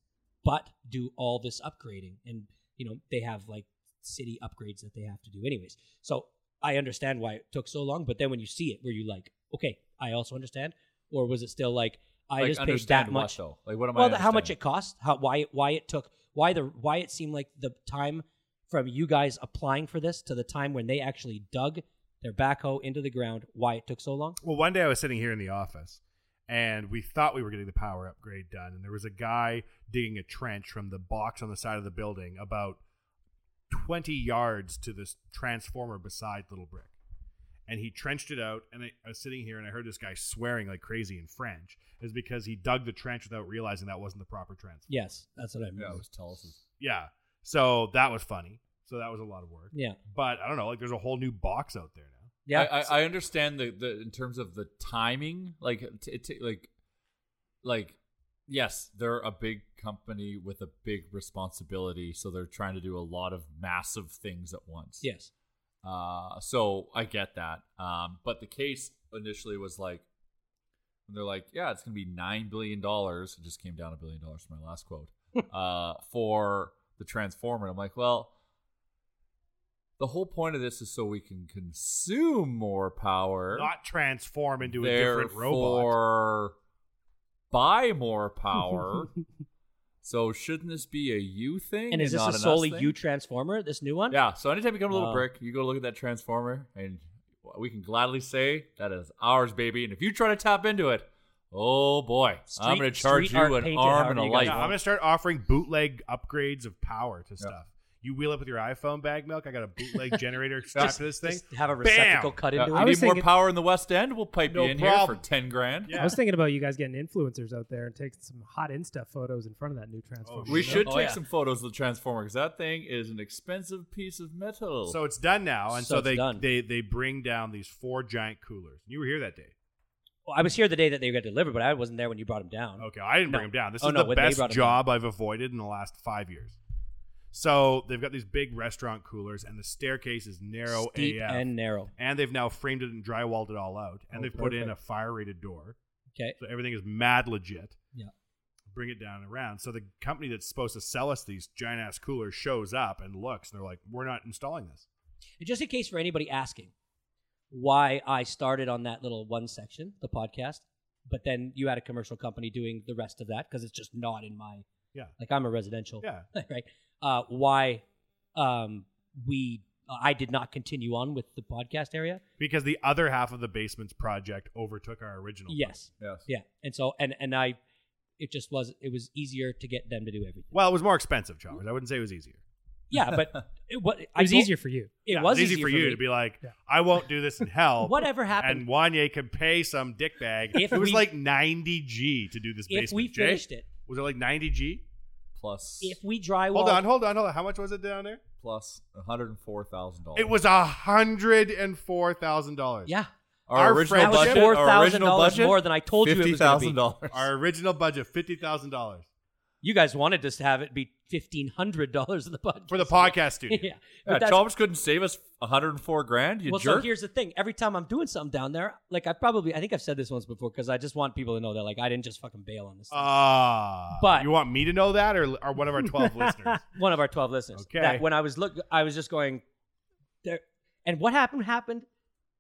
Speaker 7: but do all this upgrading. And, you know, they have like city upgrades that they have to do, anyways. So I understand why it took so long. But then when you see it, were you like, okay, I also understand? Or was it still like, I
Speaker 6: Like,
Speaker 7: just paid
Speaker 6: understand
Speaker 7: that
Speaker 6: what,
Speaker 7: much?
Speaker 6: though? Like, what am I
Speaker 7: well, the- how much
Speaker 6: understanding?
Speaker 7: it cost? How why why it took? Why the why it seemed like the time from you guys applying for this to the time when they actually dug their backhoe into the ground? Why it took so long?
Speaker 5: Well, one day I was sitting here in the office and we thought we were getting the power upgrade done. And there was a guy digging a trench from the box on the side of the building about 20 yards to this transformer beside Little Brick. And he trenched it out. And I, I was sitting here and I heard this guy swearing like crazy in French. Is because he dug the trench without realizing that wasn't the proper transformer.
Speaker 7: Yes, that's what I mean.
Speaker 6: Yeah, it was Telus.
Speaker 5: Yeah. So that was funny. So that was a lot of work.
Speaker 7: Yeah.
Speaker 5: But I don't know. Like there's a whole new box out there now.
Speaker 7: Yeah.
Speaker 6: I, I, I understand the, the in terms of the timing, like it, it, ta- like like yes, they're a big company with a big responsibility, so they're trying to do a lot of massive things at once.
Speaker 7: Yes.
Speaker 6: Uh, so I get that. Um, but the case initially was like when they're like, yeah, it's gonna be nine billion dollars. It just came down a billion dollars from my last quote uh, for the transformer. And I'm like, well the whole point of this is so we can consume more power,
Speaker 5: Not transform into a different robot.
Speaker 6: therefore buy more power. so shouldn't this be a you thing?
Speaker 7: And is this
Speaker 6: not
Speaker 7: a
Speaker 6: an us
Speaker 7: solely
Speaker 6: thing?
Speaker 7: you transformer? This new one?
Speaker 6: Yeah. So anytime you come to Little
Speaker 7: Wow.
Speaker 6: Brick, you go look at that transformer, and we can gladly say that is ours, baby. And if you try to tap into it, oh boy, I'm
Speaker 7: Street-
Speaker 6: going to charge
Speaker 7: street
Speaker 6: you
Speaker 7: art
Speaker 6: an
Speaker 7: painted
Speaker 6: arm
Speaker 7: however
Speaker 6: and a
Speaker 7: you guys
Speaker 6: light.
Speaker 5: Yeah, I'm gonna start offering bootleg upgrades of power to stuff. You wheel up with your iPhone bag milk. I got a bootleg generator strapped
Speaker 6: Just-
Speaker 5: to this thing.
Speaker 7: just have a
Speaker 5: Bam!
Speaker 7: receptacle cut
Speaker 6: Yeah,
Speaker 7: into
Speaker 6: you
Speaker 7: it.
Speaker 6: need
Speaker 8: was
Speaker 6: more
Speaker 8: thinking-
Speaker 6: power in the West End? We'll pipe
Speaker 5: No
Speaker 6: you in
Speaker 5: problem.
Speaker 6: here for ten grand.
Speaker 5: Yeah.
Speaker 8: I was thinking about you guys getting influencers out there and taking some hot Insta photos in front of that new transformer.
Speaker 6: We should
Speaker 7: Oh,
Speaker 6: take
Speaker 7: yeah.
Speaker 6: some photos of the transformer because that thing is an expensive piece of metal.
Speaker 5: So it's done now, and
Speaker 7: So
Speaker 5: so,
Speaker 7: it's
Speaker 5: they
Speaker 7: done.
Speaker 5: they they bring down these four giant coolers. You were here that day.
Speaker 7: Well, I was here the day that they got delivered, but I wasn't there when you brought them down.
Speaker 5: Okay, I didn't
Speaker 7: No.
Speaker 5: bring them down. This
Speaker 7: Oh,
Speaker 5: is
Speaker 7: no,
Speaker 5: the
Speaker 7: when they
Speaker 5: best
Speaker 7: brought 'em
Speaker 5: job I've avoided in the last five years. So they've got these big restaurant coolers, and the staircase is narrow
Speaker 7: Steep
Speaker 5: AF.
Speaker 7: and narrow.
Speaker 5: And they've now framed it and drywalled it all out, and
Speaker 7: Oh,
Speaker 5: they've put in a
Speaker 7: perfect.
Speaker 5: fire rated door,
Speaker 7: Okay.
Speaker 5: so everything is mad legit.
Speaker 7: Yeah.
Speaker 5: bring it down and around. So the company that's supposed to sell us these giant ass coolers shows up and looks, and they're like, "We're not installing this."
Speaker 7: And just in case for anybody asking why I started on that little one section, the podcast, but then you had a commercial company doing the rest of that because it's just not in my
Speaker 5: Yeah,
Speaker 7: like I'm a residential,
Speaker 5: yeah,
Speaker 7: right? Uh, why um, we uh, I did not continue on with the podcast area?
Speaker 5: because the other half of the basement's project overtook our original. project.
Speaker 7: Yes,
Speaker 6: yes.
Speaker 7: yeah, and so and and I, it just was it was easier to get them to do everything.
Speaker 5: Well, it was more expensive, Chalmers. I wouldn't say it was easier.
Speaker 7: Yeah, but it was
Speaker 8: It was easier for you.
Speaker 7: It
Speaker 5: Yeah,
Speaker 7: was
Speaker 5: easy
Speaker 7: easier
Speaker 5: for you
Speaker 7: me.
Speaker 5: to be like, "I won't do this in hell."
Speaker 7: Whatever happened-
Speaker 5: and Wanye can pay some dickbag.
Speaker 7: If
Speaker 5: It was
Speaker 7: we-
Speaker 5: like 90 g to do this.
Speaker 7: if
Speaker 5: basement.
Speaker 7: we
Speaker 5: Jay,
Speaker 7: finished it.
Speaker 5: was it like 90 g?
Speaker 6: Plus,
Speaker 7: If we drywall,
Speaker 5: Hold on, hold on, hold on. How much was it down there?
Speaker 6: plus one hundred four thousand dollars.
Speaker 5: It was a hundred and four thousand dollars.
Speaker 7: Oh. yeah,
Speaker 6: Our
Speaker 5: Our
Speaker 6: original
Speaker 5: friendship-
Speaker 6: budget,
Speaker 5: That
Speaker 7: was
Speaker 6: our original
Speaker 7: $4,000
Speaker 6: budget,
Speaker 7: more than I told you it was gonna be.
Speaker 6: $50,000.
Speaker 5: Our original budget fifty thousand dollars.
Speaker 7: You guys wanted us to have it be fifteen hundred dollars in the podcast
Speaker 5: for the podcast studio.
Speaker 7: yeah,
Speaker 6: Yeah,
Speaker 7: that's-
Speaker 6: Chalmers couldn't save us 104 grand. You
Speaker 7: well, so
Speaker 6: jerk.
Speaker 7: here's the thing. Every time I'm doing something down there, like I probably, I think I've said this once before because I just want people to know that, like, I didn't just fucking bail on this. thing.
Speaker 5: Ah,
Speaker 7: But-
Speaker 5: you want me to know that, or, or one of our twelve listeners?
Speaker 7: One of our twelve listeners.
Speaker 5: Okay.
Speaker 7: That when I was look, I was just going there, and what happened happened.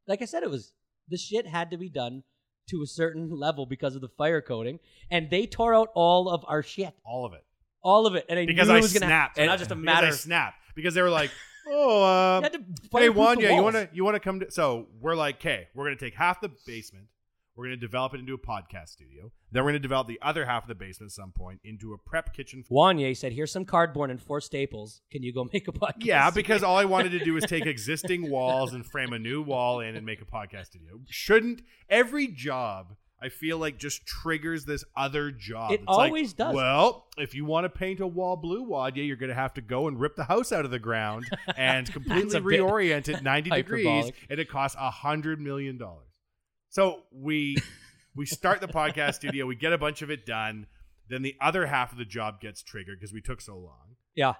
Speaker 7: Like I said, it was the shit had to be done to a certain level because of the fire coating, and they tore out all of our shit,
Speaker 5: all of it,
Speaker 7: all of it, and I
Speaker 5: Because
Speaker 7: knew
Speaker 5: I
Speaker 7: it was gonna
Speaker 5: snapped.
Speaker 7: happen. Not just a
Speaker 5: Because
Speaker 7: matter.
Speaker 5: I snapped because they were like, "Oh, uh,
Speaker 7: had to
Speaker 5: hey
Speaker 7: fireproof the
Speaker 5: Wanya, you
Speaker 7: walls.
Speaker 5: want to you want to come?" to So we're like, "Okay, we're gonna take half the basement. We're gonna develop it into a podcast studio. Then we're gonna develop the other half of the basement at some point into a prep kitchen."
Speaker 7: Wanye said, "Here's some cardboard and four staples. Can you go make a podcast?"
Speaker 5: Yeah, because all I wanted to do was take existing walls and frame a new wall in and make a podcast studio. Shouldn't every job I feel like just triggers this other job?
Speaker 7: It
Speaker 5: It's like,
Speaker 7: always does.
Speaker 5: Well, if you want to paint a wall blue, Wadia, you're going to have to go and rip the house out of the ground and
Speaker 7: That's
Speaker 5: completely
Speaker 7: a bit
Speaker 5: reorient it 90 degrees,
Speaker 7: hyperbolic.
Speaker 5: and it costs a hundred million dollars. So we we start the podcast studio, we get a bunch of it done. Then the other half of the job gets triggered because we took so long
Speaker 7: yeah.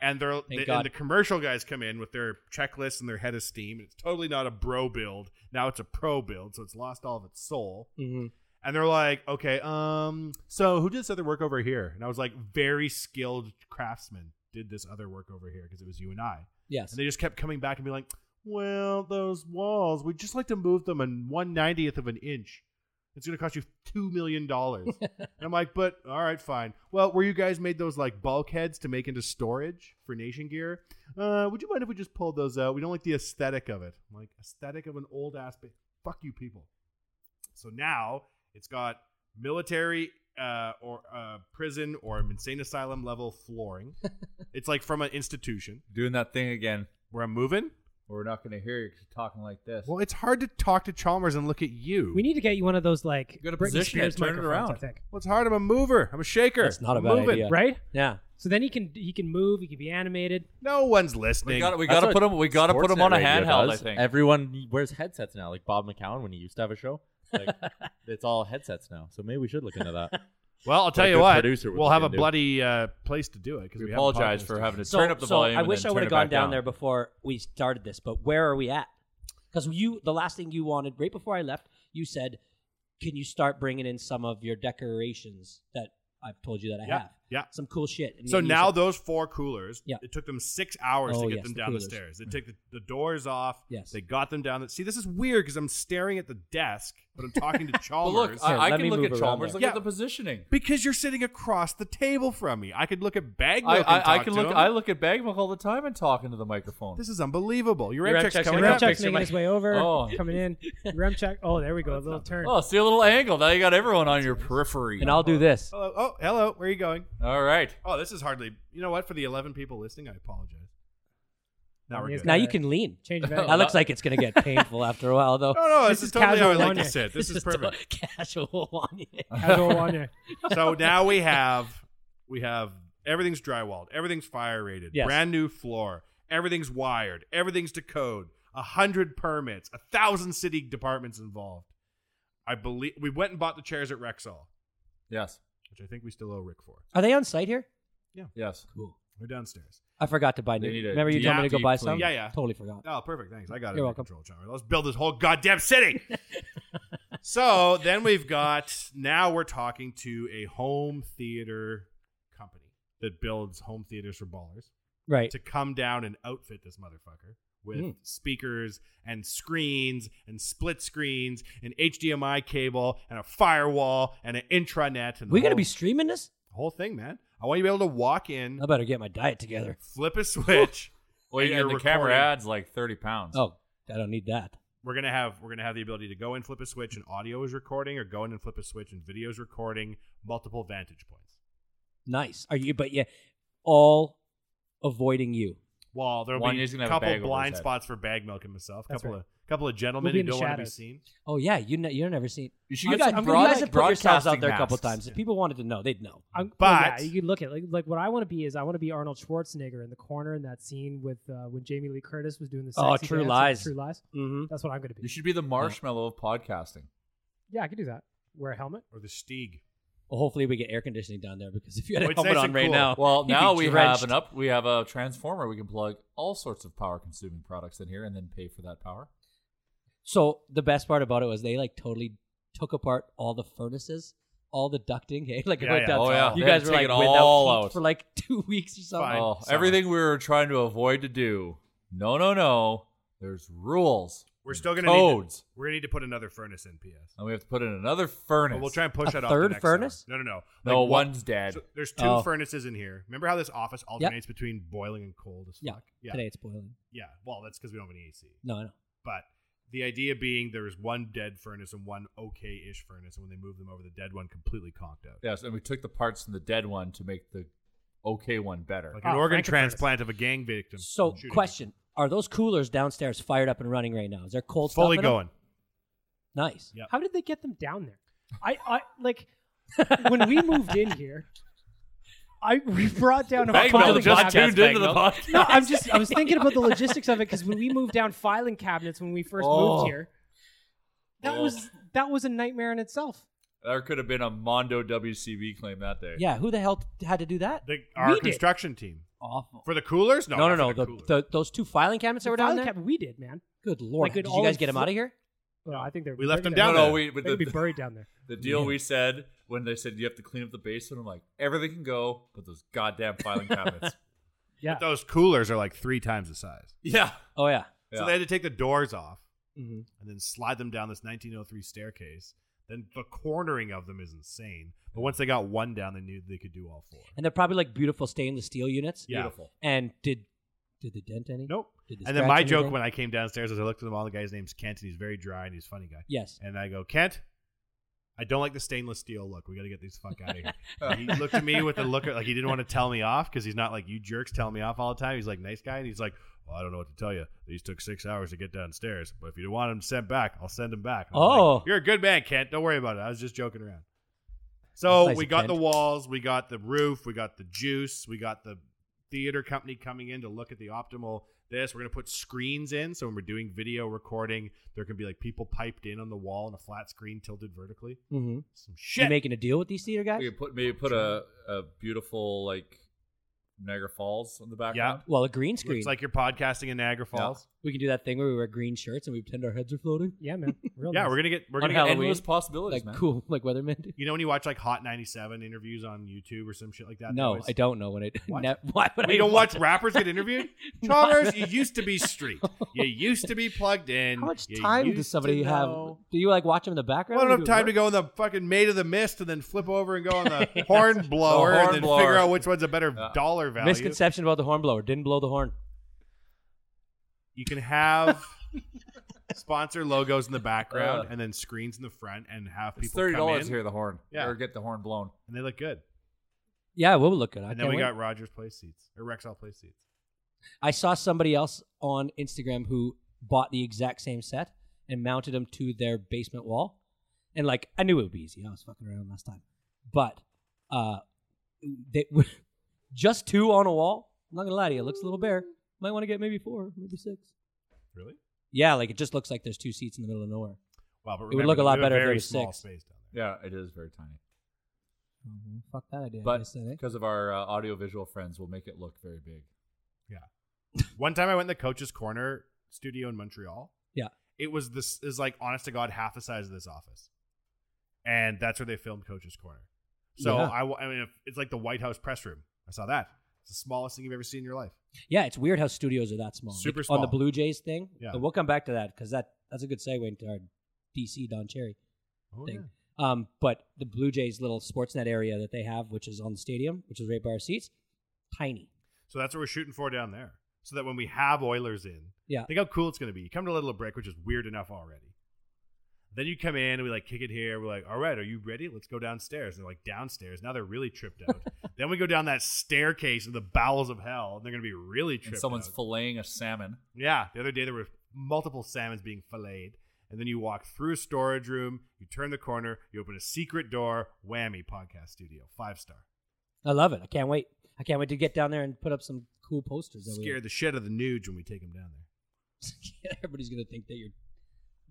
Speaker 5: and they're they,
Speaker 7: God.
Speaker 5: and the commercial guys come in with their checklists and their head of steam. It's totally not a bro build. Now it's a pro build, so it's lost all of its soul.
Speaker 7: Mm-hmm.
Speaker 5: And they're like, okay, um, so who did this other work over here? And I was like, very skilled craftsman did this other work over here because it was you and I.
Speaker 7: Yes.
Speaker 5: And they just kept coming back and be like, well, those walls, we'd just like to move them in one ninetieth of an inch. It's going to cost you two million dollars. and I'm like, but all right, fine. Well, were you guys made those like bulkheads to make into storage for Nation Gear? Uh, would you mind if we just pulled those out? We don't like the aesthetic of it. I'm like aesthetic of an old ass. Ba- Fuck you, people. So now it's got military uh, or uh, prison or insane asylum level flooring. it's like from an institution.
Speaker 6: Doing that thing again.
Speaker 5: We're moving.
Speaker 6: We're not going to hear you 'cause you're talking like this.
Speaker 5: Well, it's hard to talk to Chalmers and look at you.
Speaker 8: We need to get you one of those like
Speaker 6: gotta
Speaker 8: Britney
Speaker 6: position it,
Speaker 8: Spears
Speaker 6: turn it
Speaker 8: microphones.
Speaker 6: around.
Speaker 8: I think.
Speaker 5: Well, it's hard. I'm a mover. I'm a shaker.
Speaker 7: That's not a
Speaker 5: I'm
Speaker 7: bad
Speaker 5: moving.
Speaker 7: idea.
Speaker 8: Right?
Speaker 7: Yeah.
Speaker 8: So then he can he can move. He can be animated.
Speaker 5: No one's
Speaker 6: we
Speaker 5: listening.
Speaker 6: got we
Speaker 4: That's
Speaker 6: got to
Speaker 4: what
Speaker 6: put him we got to put him
Speaker 4: Sportsnet
Speaker 6: on a
Speaker 4: radio
Speaker 6: handheld.
Speaker 4: does.
Speaker 6: I think.
Speaker 4: everyone wears headsets now, like Bob McCown when he used to have a show. Like, it's all headsets now, so maybe we should look into that.
Speaker 5: well, I'll tell
Speaker 4: Like
Speaker 5: you
Speaker 4: a
Speaker 5: what.
Speaker 4: producer would
Speaker 5: We'll have a
Speaker 4: fucking do.
Speaker 5: bloody uh, place to do it because
Speaker 6: we
Speaker 5: we,
Speaker 6: apologize for having to
Speaker 7: So,
Speaker 6: turn up the
Speaker 7: so
Speaker 6: volume.
Speaker 7: I
Speaker 6: and
Speaker 7: wish
Speaker 6: then
Speaker 7: I would
Speaker 6: turn
Speaker 7: have
Speaker 6: it
Speaker 7: gone
Speaker 6: back
Speaker 7: down there before we started this, but where are we at? Because you, the last thing you wanted right before I left, you said, "Can you start bringing in some of your decorations that I've told you that I
Speaker 5: Yeah,
Speaker 7: have?
Speaker 5: yeah.
Speaker 7: some cool shit." And
Speaker 5: So
Speaker 7: you
Speaker 5: now
Speaker 7: said-
Speaker 5: those four coolers,
Speaker 7: Yeah.
Speaker 5: it took them six hours
Speaker 7: Oh,
Speaker 5: to get
Speaker 7: yes,
Speaker 5: them
Speaker 7: the
Speaker 5: down the,
Speaker 7: coolers. Mm.
Speaker 5: stairs. They took the, the doors off.
Speaker 7: Yes.
Speaker 5: They got them down. The, see, this is weird because I'm staring at the desk, but I'm talking to
Speaker 6: But
Speaker 5: Chalmers.
Speaker 6: look,
Speaker 7: Here,
Speaker 6: I, I
Speaker 7: let
Speaker 6: can
Speaker 7: me
Speaker 6: look at
Speaker 7: move around
Speaker 6: Chalmers.
Speaker 7: there.
Speaker 6: Look
Speaker 5: Yeah.
Speaker 6: at the positioning.
Speaker 5: because you're sitting across the table from me. I could look at Bagwell.
Speaker 6: I,
Speaker 5: and
Speaker 6: I, I
Speaker 5: talk
Speaker 6: can
Speaker 5: to
Speaker 6: look.
Speaker 5: him.
Speaker 6: I look at Bagmuck all the time and talking to the microphone.
Speaker 5: This is unbelievable. Your
Speaker 6: Your
Speaker 5: Amtrak's
Speaker 6: Amtrak's
Speaker 5: coming
Speaker 6: coming
Speaker 5: up.
Speaker 6: up.
Speaker 8: Remchuk's
Speaker 6: picture
Speaker 8: making
Speaker 6: my-
Speaker 8: his way over,
Speaker 6: Oh.
Speaker 8: coming in. Remchuk. Oh, there we go. A little turn.
Speaker 6: oh, see a little angle. Now you got everyone on your periphery.
Speaker 7: and I'll do this.
Speaker 5: Hello. Oh, hello. Where are you going?
Speaker 6: All right.
Speaker 5: Oh, this is hardly. You know what? For the 11 people listening, I apologize. Now
Speaker 8: Um,
Speaker 5: we're
Speaker 8: he has
Speaker 5: good.
Speaker 7: Now
Speaker 8: gotta
Speaker 7: you can lean.
Speaker 8: Change of
Speaker 7: That looks like it's gonna get painful after a while, though.
Speaker 5: No, no, this, is,
Speaker 8: This is
Speaker 5: totally how I
Speaker 8: casual
Speaker 5: like to
Speaker 8: Wanya.
Speaker 5: sit. This, is
Speaker 7: just
Speaker 5: perfect.
Speaker 7: a Casual one.
Speaker 8: Casual Wanya.
Speaker 5: so now we have we have everything's drywalled, everything's fire rated,
Speaker 7: Yes.
Speaker 5: brand new floor, everything's wired, everything's to code, a hundred permits, a thousand city departments involved. I believe we went and bought the chairs at Rexall,
Speaker 6: Yes.
Speaker 5: which I think we still owe Rick for.
Speaker 7: Are they on site here?
Speaker 6: Yes.
Speaker 7: Cool.
Speaker 5: They're downstairs.
Speaker 7: I forgot to buy
Speaker 6: They
Speaker 7: new.
Speaker 6: need a
Speaker 7: Remember you
Speaker 6: deep-
Speaker 7: told me to go
Speaker 6: deep
Speaker 7: buy
Speaker 6: clean.
Speaker 7: some?
Speaker 5: Yeah, yeah.
Speaker 7: Totally forgot.
Speaker 5: Oh, perfect. Thanks. I got it. under
Speaker 7: You're welcome.
Speaker 5: Control, Chandler. Let's build this whole goddamn city. so then we've got now we're talking to a home theater company that builds home theaters for ballers
Speaker 7: Right.
Speaker 5: to come down and outfit this motherfucker with
Speaker 7: Mm.
Speaker 5: speakers and screens and split screens and HDMI cable and a firewall and an intranet and the
Speaker 7: We gonna
Speaker 5: whole-
Speaker 7: be streaming this?
Speaker 5: whole thing, man. I want you to be able to walk in,
Speaker 7: I better get my diet together.
Speaker 5: flip a switch.
Speaker 6: Well,
Speaker 5: and
Speaker 6: and,
Speaker 5: you're
Speaker 6: the camera
Speaker 5: recording.
Speaker 6: adds like 30 pounds.
Speaker 7: Oh, I don't need that.
Speaker 5: we're gonna have we're gonna have the ability to go in, flip a switch, and audio is recording, or go in and flip a switch and video is recording. Multiple vantage points.
Speaker 7: Nice. Are you? But yeah, all avoiding you.
Speaker 5: Well, there'll
Speaker 6: One
Speaker 5: be
Speaker 6: is gonna have
Speaker 5: a
Speaker 6: a
Speaker 5: couple
Speaker 6: bag over
Speaker 5: blind
Speaker 6: his head.
Speaker 5: spots for bag milk and myself.
Speaker 8: That's
Speaker 5: couple
Speaker 8: right.
Speaker 5: of couple of gentlemen
Speaker 8: We'll be
Speaker 5: who
Speaker 8: in the
Speaker 5: don't want to be
Speaker 8: shadows.
Speaker 5: seen.
Speaker 7: Oh yeah, you ne- you're never seen.
Speaker 6: You should
Speaker 7: you
Speaker 6: get
Speaker 7: guys,
Speaker 6: some
Speaker 7: I'm- you
Speaker 6: broad-
Speaker 7: guys have put yourselves out
Speaker 6: broadcasting
Speaker 7: there a couple
Speaker 6: masks.
Speaker 7: times. If people wanted to know, they'd know.
Speaker 8: I'm,
Speaker 5: But-
Speaker 8: well, yeah, you could look at like like what I want to be is I want to be Arnold Schwarzenegger in the corner in that scene with uh, when Jamie Lee Curtis was doing the sexy
Speaker 7: Oh, True
Speaker 8: dance in
Speaker 7: Lies.
Speaker 8: True Lies.
Speaker 7: Mm-hmm.
Speaker 8: That's what I'm going to
Speaker 6: You
Speaker 8: be.
Speaker 6: should be the marshmallow of podcasting.
Speaker 8: Yeah, I could do that. Wear a helmet.
Speaker 5: Or the Stieg.
Speaker 7: Well, hopefully we get air conditioning down there because if you had
Speaker 6: Well,
Speaker 7: a
Speaker 6: it's
Speaker 7: helmet
Speaker 6: nice
Speaker 7: on
Speaker 6: and
Speaker 7: right
Speaker 6: cool.
Speaker 7: now,
Speaker 6: Well,
Speaker 7: you'd be
Speaker 6: now we have
Speaker 7: drenched.
Speaker 6: an up. We have a transformer. We can plug all sorts of power-consuming products in here, and then pay for that power.
Speaker 7: So the best part about it was they like totally took apart all the furnaces, all the ducting. Hey, like it
Speaker 6: Yeah,
Speaker 7: went
Speaker 6: yeah.
Speaker 7: down-
Speaker 6: Oh, yeah.
Speaker 7: you
Speaker 6: They had
Speaker 7: guys were
Speaker 6: to
Speaker 7: like
Speaker 6: take it
Speaker 7: without
Speaker 6: all
Speaker 7: heat
Speaker 6: out.
Speaker 7: for like two weeks or something.
Speaker 6: Oh, everything we were trying to avoid to do. No, no, no. There's rules.
Speaker 5: We're
Speaker 6: and
Speaker 5: still gonna
Speaker 6: codes,
Speaker 5: Need to, we're gonna need to put another furnace in. PS.
Speaker 6: and we have to put in another furnace.
Speaker 5: But Oh, we'll try and push
Speaker 6: A
Speaker 5: that off.
Speaker 6: third
Speaker 5: the next
Speaker 6: furnace?
Speaker 5: hour. No, no, no.
Speaker 6: No,
Speaker 5: one-
Speaker 6: one's dead.
Speaker 5: So there's two
Speaker 6: Oh.
Speaker 5: furnaces in here. Remember how this office alternates between boiling and cold as
Speaker 7: Yeah.
Speaker 5: fuck?
Speaker 7: Today it's boiling.
Speaker 5: Yeah. Well, that's because we don't have any AC.
Speaker 7: No, I know.
Speaker 5: But the idea being there is one dead furnace and one okay-ish furnace, and when they move them over, the dead one completely conked out.
Speaker 6: Yes, and we took the parts from the dead one to make the okay one
Speaker 7: Oh,
Speaker 6: better.
Speaker 5: Like an organ transplant of a gang victim.
Speaker 7: So,
Speaker 5: Shooting.
Speaker 7: question: Are those coolers downstairs fired up and running right now? Is there cold
Speaker 5: Fully
Speaker 7: stuff in 'em?
Speaker 5: going.
Speaker 7: Nice.
Speaker 8: How did they get them down there? I, I like when we moved in here. I we brought down a
Speaker 6: Bagnall
Speaker 8: filing
Speaker 6: just
Speaker 8: cabinet.
Speaker 6: tuned into the Bagnall. podcast.
Speaker 8: No, I'm just I was thinking about the logistics of it because when we moved down filing cabinets when we first
Speaker 6: Oh.
Speaker 8: moved here, that
Speaker 6: Oh.
Speaker 8: was that was a nightmare in itself.
Speaker 6: There could have been a Mondo WCB claim that day.
Speaker 7: Yeah, who the hell had to do that?
Speaker 5: The, our construction team.
Speaker 7: Awful.
Speaker 5: For the coolers? No,
Speaker 7: no, no,
Speaker 5: not
Speaker 7: no.
Speaker 5: for the
Speaker 7: The, the, those two filing cabinets that were down
Speaker 8: Filing
Speaker 7: there.
Speaker 8: cabinet we did, man.
Speaker 7: Good lord!
Speaker 8: Like, it
Speaker 7: Did you
Speaker 8: all
Speaker 7: guys get them out
Speaker 8: flo-
Speaker 7: of here?
Speaker 8: Well, I think they're
Speaker 5: We left
Speaker 8: they're
Speaker 5: them
Speaker 8: gonna-
Speaker 5: down
Speaker 6: No,
Speaker 5: there.
Speaker 6: no, we- with
Speaker 8: They could
Speaker 6: the-
Speaker 8: be buried down there.
Speaker 6: The deal we said when they said you have to clean up the basement, I'm like, everything can go, but those goddamn filing cabinets.
Speaker 8: Yeah.
Speaker 5: But those coolers are like three times the size.
Speaker 6: Yeah.
Speaker 7: Oh yeah.
Speaker 5: So they had to take the doors off
Speaker 7: Mhm.
Speaker 5: and then slide them down this 1903 staircase. Then the cornering of them is insane. But once they got one down, they knew they could do all four.
Speaker 7: And they're probably like beautiful stainless steel units.
Speaker 5: Yeah. Beautiful.
Speaker 7: And did did they dent any?
Speaker 5: Nope.
Speaker 7: Did they
Speaker 5: And then
Speaker 7: scratch
Speaker 5: my joke
Speaker 7: anything?
Speaker 5: when I came downstairs is I looked at them all. The guy's name's Kent, and he's very dry and he's a funny guy.
Speaker 7: Yes.
Speaker 5: And I go, Kent, I don't like the stainless steel look. We got to get these fuck out of here. And he looked at me with a look at- like he didn't want to tell me off because he's not like you jerks tell me off all the time. He's like nice guy, and he's like, well, I don't know what to tell you. These took six hours to get downstairs, but if you want them sent back, I'll send them back. And I'm like,
Speaker 7: Oh.
Speaker 5: you're a good man, Kent. Don't worry about it. I was just joking around. So
Speaker 7: That's nice
Speaker 5: we
Speaker 7: of
Speaker 5: got
Speaker 7: Kent.
Speaker 5: the walls, we got the roof, we got the juice, we got the theater company coming in to look at the optimal this. We're gonna put screens in, so when we're doing video recording, there can be like people piped in on the wall and a flat screen tilted vertically.
Speaker 7: Mm-hmm.
Speaker 5: Some shit.
Speaker 7: You making a deal with these theater guys?
Speaker 6: We could put maybe put a, a beautiful like Niagara Falls on the
Speaker 5: yeah.
Speaker 6: background.
Speaker 7: Well, a green screen.
Speaker 5: Looks like you're podcasting in Niagara Falls.
Speaker 7: we can do that thing where we wear green shirts and we pretend our heads are floating.
Speaker 8: Yeah, man. Real
Speaker 5: Yeah,
Speaker 8: nice.
Speaker 5: we're gonna get we're
Speaker 7: On
Speaker 5: gonna get
Speaker 7: Halloween.
Speaker 6: endless possibilities,
Speaker 7: like
Speaker 6: man.
Speaker 7: cool, like Weatherman. do?
Speaker 5: you know when you watch like Hot 97 interviews on YouTube or some shit like that?
Speaker 7: No,
Speaker 5: Always-
Speaker 7: I don't know when I.
Speaker 5: What?
Speaker 7: Ne- why would
Speaker 5: We
Speaker 7: I
Speaker 5: don't watch
Speaker 7: that?
Speaker 5: rappers get interviewed. Chalmers, you used to be street. You used to be plugged in.
Speaker 7: How much
Speaker 5: You
Speaker 7: time does
Speaker 5: used
Speaker 7: somebody
Speaker 5: to
Speaker 7: have?
Speaker 5: know.
Speaker 7: Do you like watch them in the
Speaker 5: I
Speaker 7: background?
Speaker 5: don't
Speaker 7: when
Speaker 5: have
Speaker 7: you do
Speaker 5: time to
Speaker 7: work?
Speaker 5: go in the fucking Maid of the Mist and then flip over and go on the horn blower
Speaker 6: The horn
Speaker 5: and then
Speaker 6: blower.
Speaker 5: figure out which one's a better
Speaker 6: Yeah.
Speaker 5: dollar value.
Speaker 7: Misconception about the hornblower. Didn't blow the horn.
Speaker 5: You can have sponsor logos in the background
Speaker 6: Ugh.
Speaker 5: and then screens in the front and have
Speaker 6: It's
Speaker 5: people
Speaker 6: thirty
Speaker 5: come
Speaker 6: dollars
Speaker 5: in,
Speaker 6: here the horn.
Speaker 5: Yeah.
Speaker 6: Or get the horn blown.
Speaker 5: and they look good.
Speaker 7: Yeah, we'll look good. I
Speaker 5: and then
Speaker 7: can't
Speaker 5: we
Speaker 7: wait.
Speaker 5: got Rogers play seats or Rexall play seats.
Speaker 7: I saw somebody else on Instagram who bought the exact same set and mounted them to their basement wall. And like, I knew it would be easy. I was fucking around last time, but uh, they just two on a wall. I'm not gonna lie to you, it looks a little bare. Might want to get maybe four, maybe six.
Speaker 5: Really?
Speaker 7: Yeah, like it just looks like there's two seats in the middle of nowhere.
Speaker 5: Wow, but
Speaker 7: It would
Speaker 5: remember,
Speaker 7: look a lot
Speaker 5: we have
Speaker 7: better if
Speaker 5: very
Speaker 7: there was
Speaker 5: small
Speaker 7: six.
Speaker 5: space down
Speaker 6: Yeah, it is very tiny.
Speaker 7: Mhm, Fuck that idea. I
Speaker 6: But
Speaker 7: guess, eh?
Speaker 6: because of our uh, audio visual friends, we'll make it look very big.
Speaker 5: there. One time I went in the Coach's Corner studio in Montreal.
Speaker 7: yeah,
Speaker 5: It was this is like honest to god half the size of this office, and that's where they filmed Coach's Corner. So
Speaker 7: Yeah.
Speaker 5: I, w- I mean, if- it's like the White House press room. I saw that. It's the smallest thing you've ever seen in your life.
Speaker 7: yeah, it's weird how studios are that small.
Speaker 5: Super
Speaker 7: Like, On the
Speaker 5: small.
Speaker 7: Blue Jays thing,
Speaker 5: Yeah.
Speaker 7: But we'll come back to that because that that's a good segue into our DC Don Cherry.
Speaker 5: Oh,
Speaker 7: thing. Um, but the Blue Jays' little Sportsnet area that they have, which is on the stadium, which is right by our seats, tiny.
Speaker 5: So that's what we're shooting for down there. So that when we have Oilers in,
Speaker 7: Yeah.
Speaker 5: think how cool it's going to be. You come to Little Brick, which is weird enough already. Then you come in and we like kick it here. We're like, all right, are you ready? Let's go downstairs. And they're like, downstairs. Now they're really tripped out. then we go down that staircase in the bowels of hell, and they're going to be really
Speaker 6: And
Speaker 5: tripped.
Speaker 6: someone's
Speaker 5: out.
Speaker 6: filleting a salmon.
Speaker 5: Yeah. The other day there were multiple salmons being filleted. And then you walk through a storage room, you turn the corner, you open a secret door, whammy podcast studio, five star.
Speaker 7: I love it. I can't wait. I can't wait to get down there and put up some cool posters. That we-
Speaker 5: Scared the shit out of the nudes when we take them down there.
Speaker 7: Everybody's gonna think that you're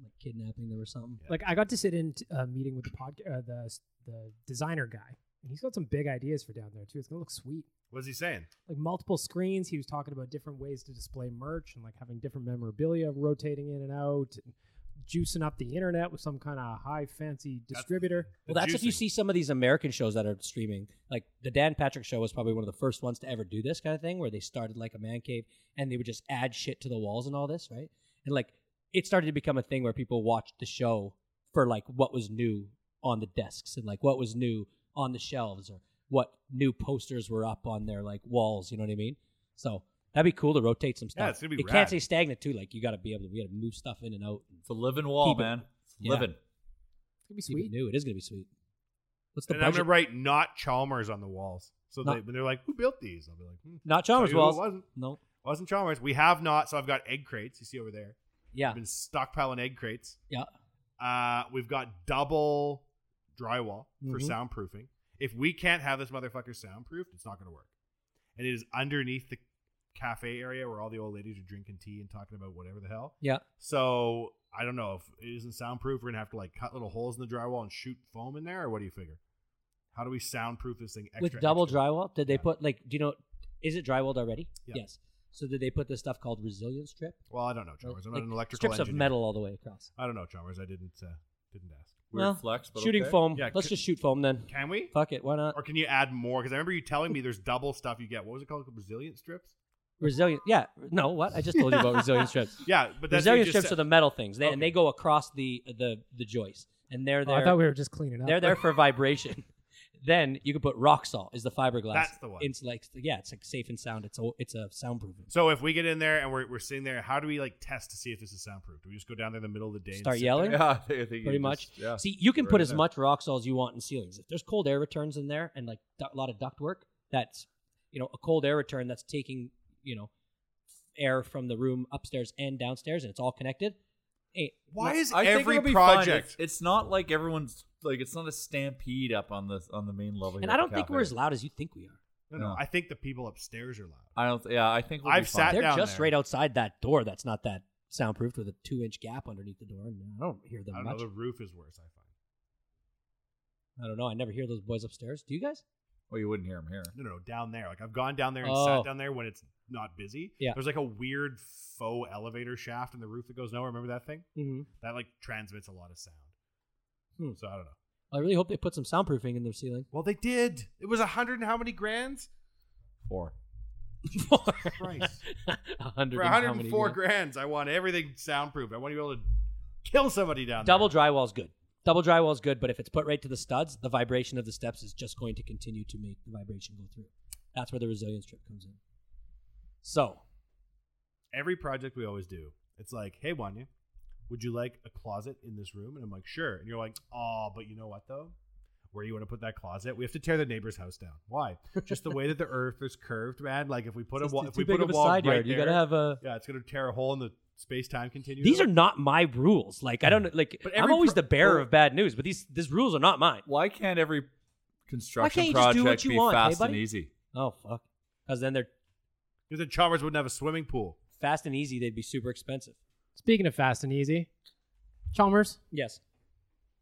Speaker 10: like kidnapping them or something.
Speaker 8: Like I got to sit in t- a meeting with the podcast, uh, the the designer guy, and he's got some big ideas for down there too. It's gonna look sweet.
Speaker 5: What's he saying?
Speaker 8: Like multiple screens. He was talking about different ways to display merch and like having different memorabilia rotating in and out, and juicing up the internet with some kind of high fancy distributor.
Speaker 7: Well, that's if you see some of these American shows that are streaming. Like the Dan Patrick show was probably one of the first ones to ever do this kind of thing, where they started like a man cave and they would just add shit to the walls and all this, right? And like it started to become a thing where people watched the show for like what was new on the desks and like what was new on the shelves or what new posters were up on their like walls. You know what I mean? So that'd be cool to rotate some stuff.
Speaker 6: Yeah, it's gonna be
Speaker 7: it
Speaker 6: rad.
Speaker 7: can't stay stagnant too. Like you got to be able to we got to move stuff in and out.
Speaker 6: It's a living wall,
Speaker 7: Keep it-
Speaker 6: man. It's
Speaker 7: Yeah.
Speaker 6: living.
Speaker 8: It's gonna be
Speaker 7: Keep
Speaker 8: sweet.
Speaker 7: it new. It is gonna be sweet. What's the
Speaker 5: and I'm
Speaker 7: budget?
Speaker 5: gonna write not Chalmers on the walls. So
Speaker 7: Not-
Speaker 5: they, when they're like, "Who built these?" I'll be like, hmm,
Speaker 7: Not
Speaker 5: tell
Speaker 7: Chalmers
Speaker 5: you who it
Speaker 7: walls.
Speaker 5: Wasn't
Speaker 7: no,
Speaker 5: wasn't Chalmers. We have not. So I've got egg crates. You see over there.
Speaker 7: Yeah.
Speaker 5: I've been stockpiling egg crates.
Speaker 7: Yeah.
Speaker 5: Uh, we've got double drywall for
Speaker 7: Mhm.
Speaker 5: soundproofing. If we can't have this motherfucker soundproofed, it's not gonna work. And it is underneath the cafe area where all the old ladies are drinking tea and talking about whatever the hell.
Speaker 7: Yeah.
Speaker 5: So I don't know if it isn't soundproof. We're gonna have to like cut little holes in the drywall and shoot foam in there, or what do you figure? How do we soundproof this thing extra?
Speaker 7: with double
Speaker 5: extra?
Speaker 7: drywall. Did they put like? Do you know? Is it drywalled already?
Speaker 5: Yeah.
Speaker 7: Yes. So did they put this stuff called resilience strip?
Speaker 5: Well, I don't know, Chalmers. I'm
Speaker 7: Like
Speaker 5: not an electrical
Speaker 7: strips
Speaker 5: engineer.
Speaker 7: of metal all the way across.
Speaker 5: I don't know, Chalmers. I didn't uh, didn't ask.
Speaker 7: Well, shooting foam.
Speaker 5: Yeah,
Speaker 7: Let's
Speaker 5: c-
Speaker 7: just shoot foam then.
Speaker 5: Can we?
Speaker 7: Fuck it. Why not?
Speaker 5: Or can you add more? Because I remember you telling me there's double stuff you get. What was it called? Resilient strips.
Speaker 7: Resilient. Yeah. No. What? I just told you about resilient strips.
Speaker 5: Yeah, but that's what you
Speaker 7: resilient
Speaker 5: just
Speaker 7: strips
Speaker 5: said.
Speaker 7: are the metal things, they, and they go across the the the joist, and they're
Speaker 8: Oh,
Speaker 7: there.
Speaker 8: I thought we were just cleaning up.
Speaker 7: They're there for vibration. Then you can put rock salt is the fiberglass.
Speaker 5: That's the one.
Speaker 7: It's like yeah, it's like safe and sound. It's a it's a soundproofing.
Speaker 5: So if we get in there and we're, we're sitting there, how do we like test to see if this is soundproof? Do we just go down there in the middle of the day? and
Speaker 7: start
Speaker 5: sit
Speaker 7: yelling.
Speaker 5: there?
Speaker 7: pretty much. See, you can put as much rock salt as you want in ceilings. If there's cold air returns in there and like du- a lot of duct work, that's you know a cold air return that's taking you know air from the room upstairs and downstairs, and it's all connected. Hey,
Speaker 5: Why is
Speaker 6: I think
Speaker 5: every
Speaker 6: it'll be fun.
Speaker 5: project-
Speaker 6: It's, it's not like everyone's like it's not a stampede up on the on the main level. here
Speaker 7: and
Speaker 6: at
Speaker 7: I
Speaker 6: the
Speaker 7: don't think
Speaker 6: cafe.
Speaker 7: we're as loud as you think we are.
Speaker 5: No, no,
Speaker 6: No.
Speaker 5: I think the people upstairs are loud.
Speaker 6: I don't. Yeah, I think we'll
Speaker 5: I've
Speaker 6: be fine.
Speaker 5: sat
Speaker 7: They're
Speaker 5: down
Speaker 7: just
Speaker 5: there.
Speaker 7: right outside that door. That's not that soundproofed with a two-inch gap underneath the door, and I don't hear them
Speaker 5: I don't
Speaker 7: much.
Speaker 5: know. The roof is worse. I find.
Speaker 7: I don't know. I never hear those boys upstairs. Do you guys?
Speaker 6: Well, you wouldn't hear him here.
Speaker 5: No, no, no, down there. Like I've gone down there and
Speaker 7: Oh.
Speaker 5: sat down there when it's not busy.
Speaker 7: Yeah.
Speaker 5: There's like a weird faux elevator shaft in the roof that goes nowhere. Remember that thing?
Speaker 7: Mm-hmm. Hmm.
Speaker 5: That like transmits a lot of sound. So I don't know.
Speaker 7: I really hope they put some soundproofing in their ceiling.
Speaker 5: Well, they did. It was a hundred and how many grands?
Speaker 6: Four.
Speaker 5: Christ.
Speaker 7: A hundred
Speaker 5: For
Speaker 7: and how many
Speaker 5: 104
Speaker 7: grand?
Speaker 5: grands, I want everything soundproofed. I want to be able to kill somebody down
Speaker 7: Double drywall's good. Double drywall's good, but if it's put right to the studs, the vibration of the steps is just going to continue to make the vibration go through. That's where the resilience strip comes in. So,
Speaker 5: there. Every project we always do, it's like, hey, Wanya, would you like a closet in this room? And I'm like, sure. And you're like, oh, but you know what, though? Where you want to put that closet? We have to tear the neighbor's house down. Why? Just the way that the earth is curved, man. Like if we put
Speaker 7: It's
Speaker 5: a wall,
Speaker 7: too-
Speaker 5: if we
Speaker 7: too big
Speaker 5: put a
Speaker 7: of a
Speaker 5: wall
Speaker 7: side
Speaker 5: right
Speaker 7: yard. You gotta
Speaker 5: there,
Speaker 7: have a-
Speaker 5: yeah, it's gonna tear a hole in the space time continuum.
Speaker 7: these are not my rules. Like I don't like.
Speaker 5: But
Speaker 7: I'm
Speaker 5: every
Speaker 7: always
Speaker 5: pro-
Speaker 7: the bearer
Speaker 5: well-
Speaker 7: of bad news, but these these rules are not mine.
Speaker 6: Why can't every
Speaker 7: Why can't
Speaker 6: construction
Speaker 7: you just
Speaker 6: project
Speaker 7: do what you
Speaker 6: be
Speaker 7: want,
Speaker 6: fast
Speaker 7: hey, buddy?
Speaker 6: and easy?
Speaker 7: Oh fuck! Because then they're
Speaker 5: because the Chalmers wouldn't have a swimming pool.
Speaker 7: fast and easy. They'd be super expensive.
Speaker 8: Speaking of fast and easy, Chalmers,
Speaker 7: Yes.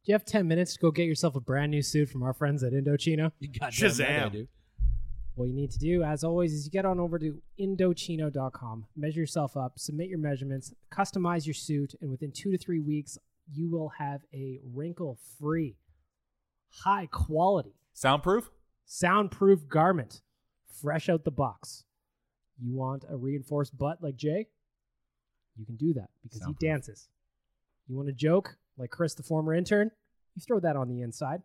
Speaker 8: do you have ten minutes to go get yourself a brand new suit from our friends at Indochino?
Speaker 7: God
Speaker 5: Shazam.
Speaker 7: do.
Speaker 8: What you need to do, as always, is you get on over to Indochino.com, measure yourself up, submit your measurements, customize your suit, and within two to three weeks, you will have a wrinkle free, high quality,
Speaker 6: Soundproof?
Speaker 8: soundproof garment fresh out the box. You want a reinforced butt like Jay? You can do that because he
Speaker 6: Soundproof.
Speaker 8: dances. You want a joke like Chris, the former intern? You throw that on the inside.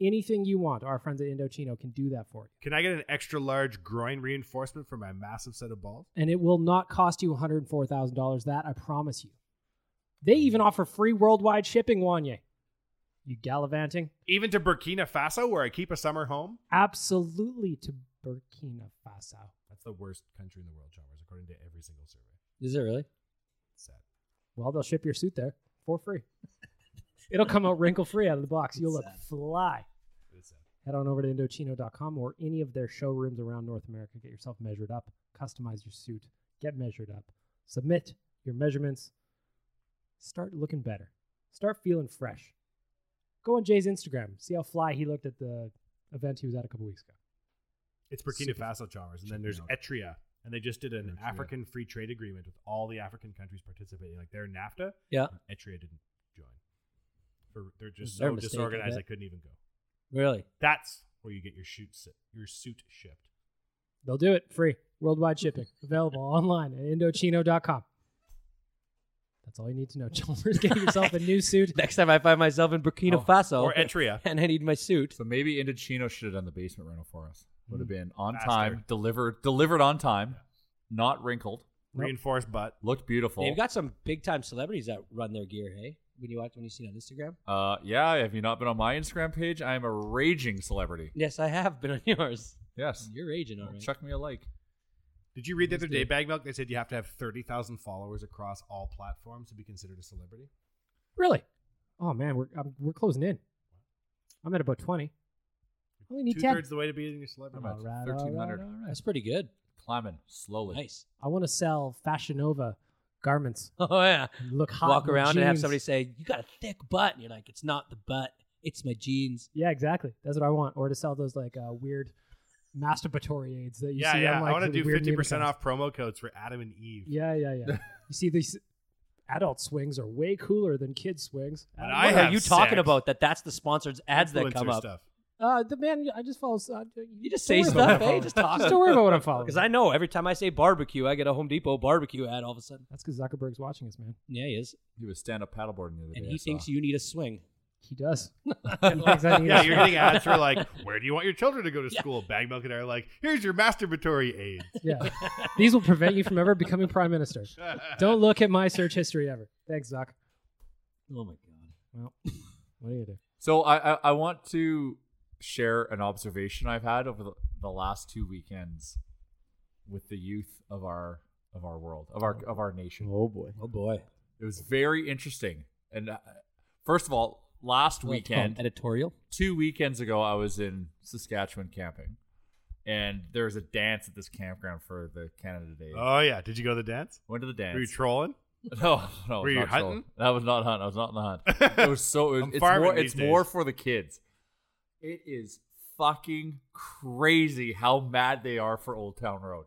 Speaker 8: Anything you want, our friends at Indochino can do that for you.
Speaker 5: Can I get an extra large groin reinforcement for my massive set of balls?
Speaker 8: and it will not cost you $104,000. That I promise you. They even offer free worldwide shipping, Wanye. You gallivanting?
Speaker 5: Even to Burkina Faso, where I keep a summer home.
Speaker 8: Absolutely to Burkina Faso.
Speaker 5: That's the worst country in the world, Chalmers, according to every single survey.
Speaker 7: Is it really?
Speaker 5: Sad.
Speaker 8: Well, they'll ship your suit there for free. It'll come out wrinkle free out of the box. You'll look fly. Head on over to Indochino.com or any of their showrooms around North America. Get yourself measured up, customize your suit, get measured up, submit your measurements, start looking better. Start feeling fresh. Go on Jay's Instagram. See how fly he looked at the event he was at a couple weeks ago.
Speaker 5: It's Burkina Faso Chalmers, and then there's Etria, and they just did an
Speaker 8: Eritrea.
Speaker 5: African free trade agreement with all the African countries participating. Like they're in NAFTA.
Speaker 7: Yeah.
Speaker 5: and Etria didn't join. For they're
Speaker 7: was
Speaker 5: just
Speaker 7: their
Speaker 5: so
Speaker 7: mistake, I
Speaker 5: disorganized
Speaker 7: bet.
Speaker 5: they couldn't even go.
Speaker 7: Really?
Speaker 5: That's where you get your shoot si- your suit shipped.
Speaker 8: They'll do it free. Worldwide shipping. Available online at Indochino.com. That's all you need to know. Chalmers, get yourself a new suit.
Speaker 7: Next time I find myself in Burkina
Speaker 6: Oh,
Speaker 7: Faso
Speaker 6: or Etria.
Speaker 7: and I need my suit.
Speaker 6: So maybe Indochino should have done the basement rental for us. Would have
Speaker 7: Mm.
Speaker 6: been on
Speaker 5: Faster.
Speaker 6: time, delivered, delivered on time, not wrinkled,
Speaker 7: Nope.
Speaker 5: reinforced butt,
Speaker 6: looked beautiful.
Speaker 7: They've got some big time celebrities that run their gear. Hey, when you watch when you see it on Instagram.
Speaker 6: uh, yeah. Have you not been on my Instagram page? I am a raging celebrity.
Speaker 7: Yes, I have been on yours.
Speaker 6: Yes,
Speaker 7: You're raging
Speaker 6: Well,
Speaker 7: already.
Speaker 6: Chuck me a like.
Speaker 5: Did you read the
Speaker 7: Please
Speaker 5: other day,
Speaker 7: do.
Speaker 5: Bag Milk? They said you have to have thirty thousand followers across all platforms to be considered a celebrity.
Speaker 8: Really? Oh man, we're I'm, we're closing in. I'm at about twenty. I only need
Speaker 5: Two
Speaker 8: ten.
Speaker 5: thirds the way to being a celebrity.
Speaker 6: I'm at
Speaker 8: All right, all right,
Speaker 6: thirteen hundred.
Speaker 8: all right.
Speaker 7: That's pretty good.
Speaker 6: Climbing slowly.
Speaker 7: Nice.
Speaker 8: I want to sell Fashion Nova garments.
Speaker 7: Oh yeah.
Speaker 8: and Look hot.
Speaker 7: Walk
Speaker 8: in my
Speaker 7: around and have
Speaker 8: jeans.
Speaker 7: somebody say, "You got a thick butt," and you're like, "It's not the butt, it's my jeans."
Speaker 8: Yeah, exactly. That's what I want. Or to sell those like uh, weird masturbatory aids that you
Speaker 5: yeah,
Speaker 8: see.
Speaker 5: yeah.
Speaker 8: on,
Speaker 5: I
Speaker 8: like,
Speaker 5: want to
Speaker 8: the
Speaker 5: do
Speaker 8: weird
Speaker 5: fifty percent
Speaker 8: meme
Speaker 5: off promo codes for Adam and Eve.
Speaker 8: accounts. Yeah, yeah, yeah. you see these adult swings are way cooler than kid swings.
Speaker 5: And
Speaker 8: Adam,
Speaker 5: I
Speaker 7: what
Speaker 5: have
Speaker 7: are you talking
Speaker 5: sex.
Speaker 7: about? That that's the sponsored ads that
Speaker 5: Influencer
Speaker 7: come up.
Speaker 5: Stuff.
Speaker 8: uh, the man, I just follow. Uh,
Speaker 7: You just say
Speaker 8: don't worry about what I'm
Speaker 7: stuff, hey,
Speaker 8: following.
Speaker 7: just talk.
Speaker 8: Just don't worry about what I'm following.
Speaker 7: Because I know every time I say barbecue, I get a Home Depot barbecue ad all of a sudden.
Speaker 8: That's because Zuckerberg's watching us, man.
Speaker 7: Yeah, he is,
Speaker 6: He was stand up paddleboarding the other
Speaker 7: and
Speaker 6: day.
Speaker 7: he thinks you need a swing.
Speaker 8: He does.
Speaker 5: Yeah, you're getting ads for like, where do you want your children to go to school? Bag Milk and I are like, here's your masturbatory aid.
Speaker 8: Yeah. These will prevent you from ever becoming prime minister. Don't look at my search history ever. Thanks, Zuck.
Speaker 7: Oh my god.
Speaker 8: Well, what are you gonna do?
Speaker 6: So I, I I want to share an observation I've had over the, the last two weekends with the youth of our of our world of our of our nation.
Speaker 4: Oh boy.
Speaker 7: Oh boy.
Speaker 6: It was very interesting. And uh, first of all, last
Speaker 7: Well, it's called
Speaker 6: weekend,
Speaker 7: editorial.
Speaker 6: two weekends ago, I was in Saskatchewan camping, and there was a dance at this campground for the Canada Day.
Speaker 5: Oh yeah. Did you go to the dance?
Speaker 6: Went to the dance.
Speaker 5: Were you trolling?
Speaker 6: No, no. it was
Speaker 5: Were you
Speaker 6: not
Speaker 5: hunting?
Speaker 6: trolling. That was not hunting. I was not in the hunt. It was so. Oh, It was,
Speaker 5: I'm
Speaker 6: it's
Speaker 5: farming
Speaker 6: more.
Speaker 5: these
Speaker 6: It's more
Speaker 5: days.
Speaker 6: for the kids. It is fucking crazy how mad they are for Old Town Road.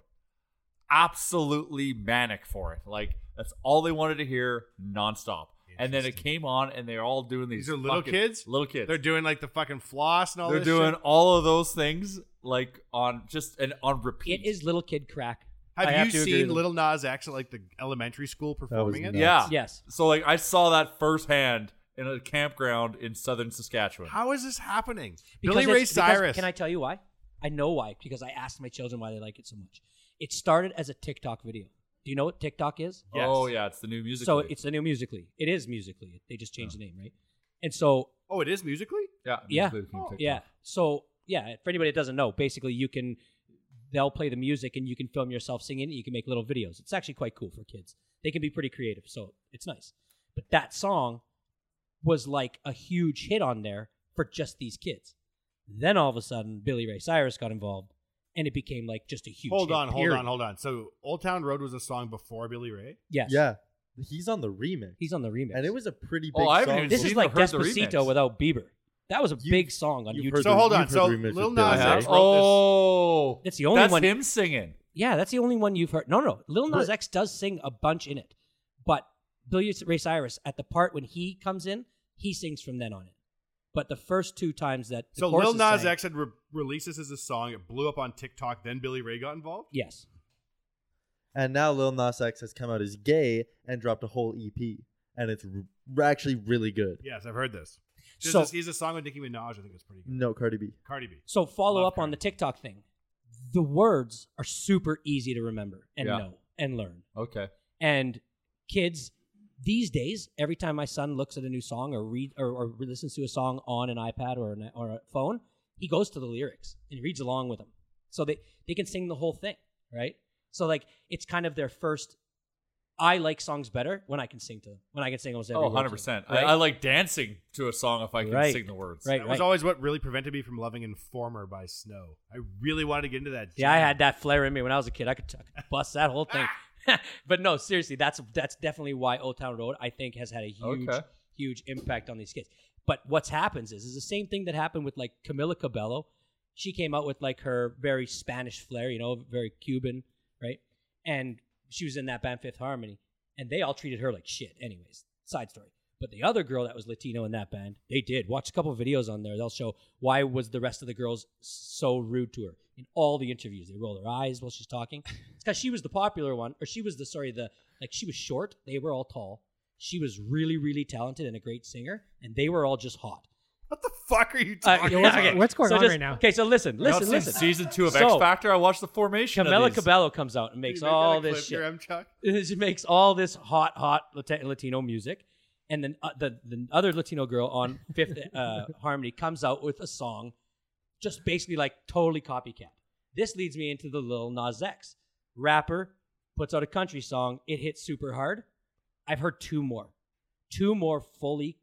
Speaker 6: Absolutely manic for it. Like that's all they wanted to hear nonstop. And then it
Speaker 5: Interesting.
Speaker 6: came on, and they're all doing these.
Speaker 5: These are little
Speaker 6: fucking-
Speaker 5: kids?
Speaker 6: Little kids.
Speaker 5: They're doing like the fucking floss and all
Speaker 6: They're
Speaker 5: this
Speaker 6: doing
Speaker 5: shit?
Speaker 6: all of those things like on just and on repeat.
Speaker 7: It is little kid crack. I
Speaker 5: Have you
Speaker 7: to agree
Speaker 5: seen
Speaker 7: with him.
Speaker 5: Little Nas X at like the elementary school performing it?
Speaker 4: nuts.
Speaker 6: Yeah.
Speaker 7: Yes.
Speaker 6: So like I saw that firsthand in a campground in southern Saskatchewan.
Speaker 5: How is this happening?
Speaker 7: Because
Speaker 5: Billy
Speaker 7: it's-
Speaker 5: Ray
Speaker 7: because-
Speaker 5: Cyrus.
Speaker 7: Can I tell you why? I know why because I asked my children why they like it so much. It started as a TikTok video. Do you know what TikTok is?
Speaker 5: Yes.
Speaker 6: Oh yeah, it's the new music.
Speaker 7: So
Speaker 6: league.
Speaker 7: it's the new Musically. It is Musically. They just changed the name, right? And so
Speaker 5: oh, it is musically? Oh.
Speaker 6: yeah,
Speaker 7: yeah,
Speaker 6: Musical.ly became TikTok.
Speaker 7: yeah. So yeah, for anybody that doesn't know, basically you can they'll play the music and you can film yourself singing it. You can make little videos. It's actually quite cool for kids. They can be pretty creative, so it's nice. But that song was like a huge hit on there for just these kids. Then all of a sudden, Billy Ray Cyrus got involved, and it became like just a huge.
Speaker 5: Hold
Speaker 7: hit,
Speaker 5: on, hold
Speaker 7: period.
Speaker 5: on, hold on. So Old Town Road was a song before Billy Ray?
Speaker 7: Yes,
Speaker 4: Yeah. He's on the remix.
Speaker 7: he's on the remix,
Speaker 4: and it was a pretty big
Speaker 6: Oh, I haven't
Speaker 4: song.
Speaker 6: even
Speaker 7: This
Speaker 6: seen
Speaker 7: is
Speaker 6: You've
Speaker 7: like
Speaker 6: heard the remix.
Speaker 7: Despacito without Bieber. That was a
Speaker 4: You've-
Speaker 7: big song on
Speaker 4: you've
Speaker 7: YouTube.
Speaker 4: heard
Speaker 5: So
Speaker 4: the-
Speaker 5: hold on.
Speaker 4: you've heard
Speaker 5: So
Speaker 4: the remix with
Speaker 5: Lil
Speaker 4: Bill
Speaker 5: Nas
Speaker 4: Nye.
Speaker 5: X wrote
Speaker 6: Oh,
Speaker 7: It's the only
Speaker 6: that's
Speaker 7: one-
Speaker 6: him singing.
Speaker 7: Yeah, that's the only one you've heard. No, no, Lil Nas
Speaker 4: But-
Speaker 7: X does sing a bunch in it, but Billy Ray Cyrus at the part when he comes in, he sings from then on it. But the first two times that the
Speaker 5: So Lil
Speaker 7: chorus is
Speaker 5: Nas
Speaker 7: sang-
Speaker 5: X had re- released this as a song. It blew up on TikTok. Then Billy Ray got involved.
Speaker 7: yes,
Speaker 4: And now Lil Nas X has come out as gay and dropped a whole EP, and it's r- actually really good.
Speaker 5: Yes, I've heard this. There's
Speaker 7: So-
Speaker 5: this- He's a song with Nicki Minaj. I think it's pretty good.
Speaker 4: No, Cardi B.
Speaker 5: Cardi B.
Speaker 7: So follow
Speaker 5: Love
Speaker 7: up on
Speaker 5: Cardi.
Speaker 7: the TikTok thing. The words are super easy to remember and
Speaker 6: Yeah.
Speaker 7: know and learn.
Speaker 6: Okay.
Speaker 7: And kids these days, every time my son looks at a new song or read or, or listens to a song on an iPad or an, or a phone, he goes to the lyrics and reads along with them. So they they can sing the whole thing, right? So like it's kind of their first. I like songs better when I can sing to them. When I can sing almost every.
Speaker 6: Oh,
Speaker 7: word to
Speaker 6: 100
Speaker 7: them,
Speaker 6: percent.
Speaker 7: right?
Speaker 6: I, I like dancing to a song if I can
Speaker 7: Right.
Speaker 6: sing the words.
Speaker 7: Right,
Speaker 5: That
Speaker 7: right.
Speaker 5: was always what really prevented me from loving Informer by Snow. I really wanted to get into that.
Speaker 7: yeah, I
Speaker 5: jam.
Speaker 7: had that flair in me when I was a kid. I could, I could bust that whole thing. but no, seriously, that's that's definitely why Old Town Road I think has had a huge
Speaker 6: Okay.
Speaker 7: huge impact on these kids. But what's happens is is the same thing that happened with like Camila Cabello. She came out with like her very Spanish flair, you know, very Cuban, right? And she was in that band Fifth Harmony, and they all treated her like shit. Anyways, side story. But the other girl that was Latino in that band, they did watch a couple videos on there. They'll show why was the rest of the girls so rude to her in all the interviews. They roll their eyes while she's talking. It's because she was the popular one, or she was the sorry the like she was short. They were all tall. She was really really talented and a great singer, and they were all just hot.
Speaker 5: Fuck are you
Speaker 7: Uh,
Speaker 5: talking
Speaker 7: yeah,
Speaker 5: about?
Speaker 7: okay. So just- Okay, so listen,
Speaker 6: You know,
Speaker 7: listen,
Speaker 6: since
Speaker 7: listen.
Speaker 6: season two of
Speaker 7: So,
Speaker 6: X Factor, I watched the formation.
Speaker 7: Camila
Speaker 6: of these.
Speaker 7: Cabello comes out and makes
Speaker 6: you make that
Speaker 7: all
Speaker 6: a
Speaker 7: this
Speaker 6: clip
Speaker 7: shit.
Speaker 6: here, I'm Chuck?
Speaker 7: she makes all this hot, hot Lat- Latino music, and then uh, the the other Latino girl on Fifth uh, Harmony comes out with a song, just basically like totally copycat. This leads me into the Lil Nas X rapper puts out a country song. It hits super hard. I've heard two more, two more fully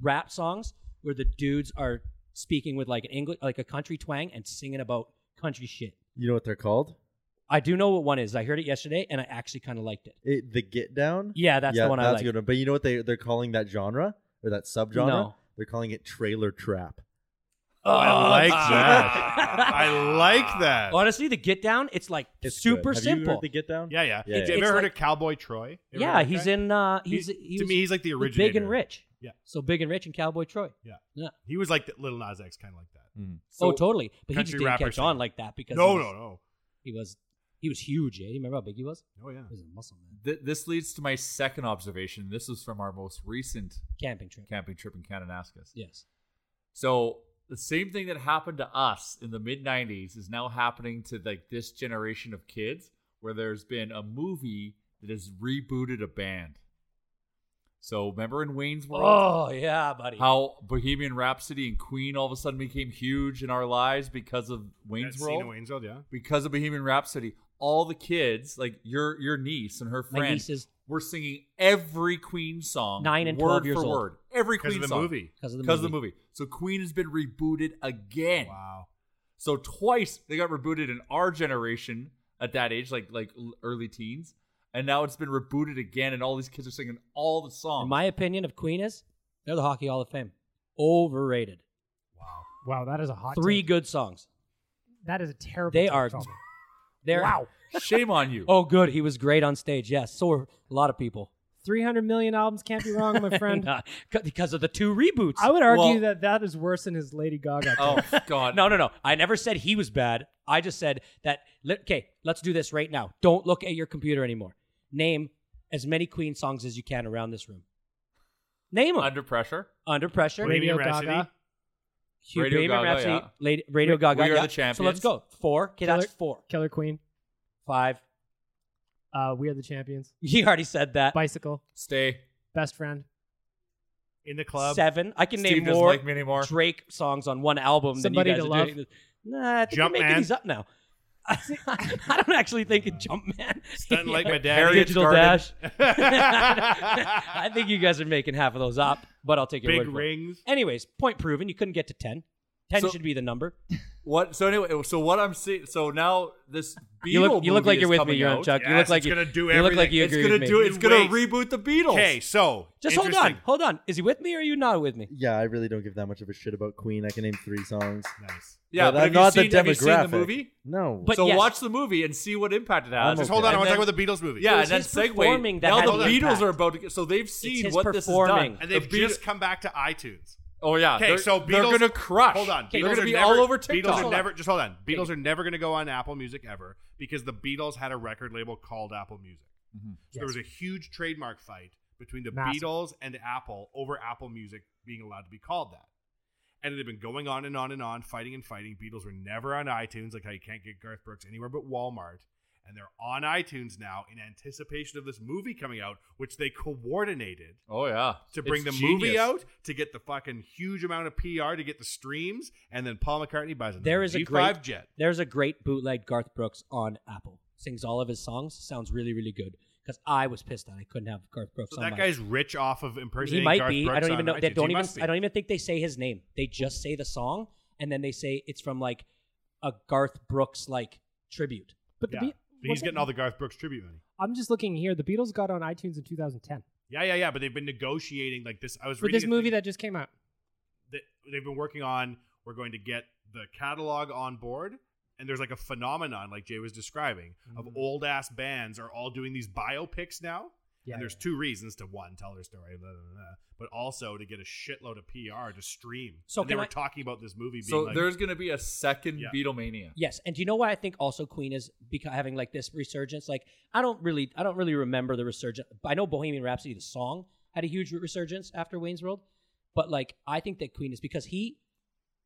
Speaker 7: rap songs where the dudes are speaking with like an English, like a country twang, and singing about country shit.
Speaker 4: You know what they're called?
Speaker 7: I do know what one is. I heard it yesterday, and I actually kind of liked it.
Speaker 4: It, the Get Down.
Speaker 7: Yeah, that's the one I
Speaker 4: that's
Speaker 7: like.
Speaker 4: a good one. But you know what they they're calling that genre or that subgenre?
Speaker 7: No.
Speaker 4: They're calling it trailer trap.
Speaker 7: Oh,
Speaker 5: I like
Speaker 7: that's-
Speaker 5: that. I like that.
Speaker 7: Honestly, the Get Down, it's like
Speaker 4: It's good.
Speaker 7: super
Speaker 4: Have you heard
Speaker 7: simple.
Speaker 4: the Get Down?
Speaker 5: Yeah, yeah.
Speaker 4: Yeah,
Speaker 5: Have
Speaker 4: yeah.
Speaker 5: you
Speaker 7: It's
Speaker 5: ever heard
Speaker 7: like-
Speaker 5: of Cowboy Troy? Ever heard
Speaker 7: yeah,
Speaker 5: of that
Speaker 7: he's
Speaker 5: guy?
Speaker 7: in. uh He's, he
Speaker 5: to
Speaker 7: was
Speaker 5: me, he's like the
Speaker 7: with
Speaker 5: originator.
Speaker 7: Big and Rich.
Speaker 5: Yeah.
Speaker 7: So Big and Rich and Cowboy Troy.
Speaker 5: Yeah.
Speaker 7: Yeah.
Speaker 5: He was like the Little Nas X, kind of like that.
Speaker 4: Hmm.
Speaker 6: Mm.
Speaker 7: oh, totally. But he just
Speaker 5: country
Speaker 7: didn't
Speaker 5: rapper
Speaker 7: catch
Speaker 5: singer.
Speaker 7: on like that because
Speaker 5: No,
Speaker 7: he was,
Speaker 5: no, no.
Speaker 7: He was he was huge. Eh? You remember how big he was?
Speaker 5: Oh yeah.
Speaker 7: He was a muscle man.
Speaker 6: Th- this leads to my second observation. This is from our most recent
Speaker 7: Camping trip.
Speaker 6: camping trip in Kananaskis.
Speaker 7: Yes.
Speaker 6: So the same thing that happened to us in the mid '90s is now happening to like this generation of kids, where there's been a movie that has rebooted a band. So remember in Wayne's World,
Speaker 7: Oh yeah, buddy.
Speaker 6: how Bohemian Rhapsody and Queen all of a sudden became huge in our lives because of Wayne's
Speaker 5: That scene
Speaker 6: World.
Speaker 5: in Wayne's World, yeah.
Speaker 6: because of Bohemian Rhapsody, all the kids, like your your niece and her
Speaker 7: My
Speaker 6: friend,
Speaker 7: nieces.
Speaker 6: were singing every Queen song,
Speaker 7: Nine and
Speaker 6: word
Speaker 7: 12 years
Speaker 6: for
Speaker 7: old.
Speaker 6: word, every
Speaker 5: 'Cause of
Speaker 6: Queen
Speaker 5: the
Speaker 6: song,
Speaker 5: movie.
Speaker 7: 'Cause of the
Speaker 6: because of the movie. So Queen has been rebooted again.
Speaker 5: Wow.
Speaker 6: So twice they got rebooted in our generation at that age, like like l- early teens, and now it's been rebooted again, and all these kids are singing all the
Speaker 4: Oh.
Speaker 6: songs.
Speaker 7: In my opinion of Queen is they're the Hockey Hall of Fame. Overrated.
Speaker 8: Wow, that is a hot.
Speaker 7: Three
Speaker 8: take.
Speaker 7: good songs.
Speaker 8: That is a terrible.
Speaker 7: They
Speaker 8: take,
Speaker 7: are-
Speaker 8: Tommy.
Speaker 7: They're
Speaker 8: Wow.
Speaker 6: Shame on you.
Speaker 7: Oh, good. He was great on stage. Yes. So were a lot of people.
Speaker 8: Three hundred million albums can't be wrong, my friend.
Speaker 7: Nah, c- because of the two reboots.
Speaker 8: I would argue
Speaker 6: Well-
Speaker 8: that that is worse than his Lady Gaga.
Speaker 6: Oh, God!
Speaker 7: No, no, no. I never said he was bad. I just said that. li- Okay, let's do this right now. Don't look at your computer anymore. Name as many Queen songs as you can around this room. Name 'em. Under,
Speaker 6: Under pressure.
Speaker 7: pressure.
Speaker 5: Bohemian
Speaker 8: Radio
Speaker 5: Rhapsody?
Speaker 8: Gaga.
Speaker 7: Hugh
Speaker 6: Radio
Speaker 7: Bohemian
Speaker 6: Gaga,
Speaker 7: Rhapsody,
Speaker 6: yeah.
Speaker 7: Lady, Radio
Speaker 6: We-
Speaker 7: Gaga.
Speaker 6: we are
Speaker 7: yeah.
Speaker 6: the champions.
Speaker 7: So let's go. Four. Okay, that's
Speaker 8: Killer-
Speaker 7: four.
Speaker 8: Killer Queen.
Speaker 7: Five.
Speaker 8: Uh, we are the champions.
Speaker 7: You already said that.
Speaker 8: Bicycle.
Speaker 6: Stay.
Speaker 8: Best friend.
Speaker 5: In the club.
Speaker 7: Seven. I can
Speaker 6: Steve
Speaker 7: name
Speaker 6: doesn't
Speaker 7: more
Speaker 6: like me anymore.
Speaker 7: Drake songs on one album
Speaker 8: Somebody
Speaker 7: than you
Speaker 8: to
Speaker 7: guys are
Speaker 8: Love.
Speaker 7: doing. Nah, I think you're
Speaker 5: Jump
Speaker 7: making
Speaker 5: Man.
Speaker 7: these up now. I, don't actually think it's Jumpman.
Speaker 5: Stunting like my dad.
Speaker 6: Harriet's
Speaker 7: Digital
Speaker 6: Garden.
Speaker 7: Dash. I think you guys are making half of those up, but I'll take your
Speaker 5: Big
Speaker 7: word for it.
Speaker 5: rings.
Speaker 7: Anyways, point proven. You couldn't get to 10. 10
Speaker 6: So-
Speaker 7: should be the number.
Speaker 6: What? So anyway, so what I'm seeing. So now this Beatle
Speaker 7: You look, you look like
Speaker 6: movie
Speaker 7: you're
Speaker 6: is
Speaker 7: with me.
Speaker 6: coming
Speaker 7: You're on
Speaker 6: out.
Speaker 7: Chuck. you
Speaker 5: Yes,
Speaker 7: look like
Speaker 5: it's
Speaker 7: you,
Speaker 5: gonna do
Speaker 7: you look like you
Speaker 6: It's
Speaker 7: agree
Speaker 6: gonna
Speaker 7: with
Speaker 6: do.
Speaker 7: me.
Speaker 6: It's gonna
Speaker 5: Wait.
Speaker 6: reboot the Beatles.
Speaker 5: Okay, so
Speaker 7: Just hold on.
Speaker 5: interesting.
Speaker 7: Hold on. Is he with me or are you not with me?
Speaker 4: Yeah, I really don't give that much of a shit about Queen. I can name three songs.
Speaker 5: Nice.
Speaker 6: Yeah, but
Speaker 4: I'm
Speaker 6: have you
Speaker 4: not
Speaker 6: seen-
Speaker 4: the
Speaker 6: have you seen the
Speaker 4: demographic.
Speaker 6: movie?
Speaker 4: No.
Speaker 7: But
Speaker 6: so
Speaker 7: yes.
Speaker 6: watch the movie and see what impact it has.
Speaker 4: I'm
Speaker 5: Just
Speaker 4: okay.
Speaker 5: hold on. I
Speaker 6: And
Speaker 5: want to
Speaker 6: then-
Speaker 5: talk about the Beatles movie.
Speaker 6: Yeah,
Speaker 7: was
Speaker 6: and then
Speaker 7: his performing
Speaker 6: segue.
Speaker 7: that
Speaker 6: Now
Speaker 7: had
Speaker 6: the
Speaker 7: the
Speaker 6: Beatles
Speaker 7: impact.
Speaker 6: are about to get. So they've
Speaker 7: his
Speaker 6: seen what this has
Speaker 7: performing.
Speaker 6: done.
Speaker 5: And
Speaker 6: The
Speaker 5: they've just
Speaker 6: Beatles-
Speaker 5: come back to iTunes.
Speaker 6: Oh yeah.
Speaker 5: Okay,
Speaker 6: They're-
Speaker 5: so Beatles
Speaker 6: they're gonna crush.
Speaker 5: Hold on,
Speaker 6: They're gonna
Speaker 5: are
Speaker 6: be
Speaker 5: never-
Speaker 6: all over
Speaker 5: Beatles
Speaker 6: TikTok.
Speaker 5: are never. Just hold on. Beatles
Speaker 7: Okay.
Speaker 5: are never gonna go on Apple Music ever because the Beatles had a record label called Apple Music.
Speaker 6: Mm-hmm.
Speaker 5: So there was a huge trademark fight between the
Speaker 8: Massive.
Speaker 5: Beatles and Apple over Apple Music being allowed to be called that. And it had been going on and on and on, fighting and fighting. Beatles were never on iTunes, like how you can't get Garth Brooks anywhere but Walmart. And they're on iTunes now in anticipation of this movie coming out, which they coordinated
Speaker 6: Oh yeah.
Speaker 5: to bring
Speaker 6: It's
Speaker 5: the movie
Speaker 6: genius.
Speaker 5: out to get the fucking huge amount of PR to get the streams, and then Paul McCartney buys another
Speaker 7: There is a
Speaker 5: G5
Speaker 7: great
Speaker 5: jet.
Speaker 7: There's a great bootleg Garth Brooks on Apple. Sings all of his songs. Sounds really really good. Because I was pissed that I couldn't have Garth Brooks.
Speaker 5: So
Speaker 7: on
Speaker 5: that
Speaker 7: my-
Speaker 5: guy's rich off of
Speaker 7: He
Speaker 5: impersonating
Speaker 7: might
Speaker 5: Garth
Speaker 7: be.
Speaker 5: Brooks
Speaker 7: I don't even
Speaker 5: on
Speaker 7: know. They
Speaker 5: iTunes.
Speaker 7: don't
Speaker 5: He
Speaker 7: even.
Speaker 5: must be.
Speaker 7: I don't even think they say his name. They just say the song, and then they say it's from like a Garth Brooks like tribute.
Speaker 8: But
Speaker 5: Yeah.
Speaker 8: the Be-
Speaker 5: So he's
Speaker 8: wasn't-
Speaker 5: getting all the Garth Brooks tribute money.
Speaker 8: I'm just looking here. The Beatles got on iTunes in 2010
Speaker 5: Yeah, yeah, yeah. But they've been negotiating like this. I was
Speaker 8: for
Speaker 5: reading
Speaker 8: this
Speaker 5: a
Speaker 8: movie
Speaker 5: thing
Speaker 8: that just came out.
Speaker 5: that they've been working on. We're going to get the catalog on board, and there's like a phenomenon, like Jay was describing, of old ass bands are all doing these biopics now.
Speaker 8: Yeah,
Speaker 5: and there's two reasons to one, tell their story, blah, blah, blah, blah, but also to get a shitload of PR to stream.
Speaker 7: So
Speaker 5: So they
Speaker 7: can
Speaker 5: were
Speaker 7: I-
Speaker 5: talking about this movie. Being
Speaker 6: So
Speaker 5: like,
Speaker 6: there's going to be a second
Speaker 5: Yeah.
Speaker 6: Beatlemania.
Speaker 7: Yes, and do you know why I think also Queen is beca- having like this resurgence? Like I don't really, I don't really remember the resurgence. I know Bohemian Rhapsody, the song, had a huge resurgence after Wayne's World, but like I think that Queen is because he,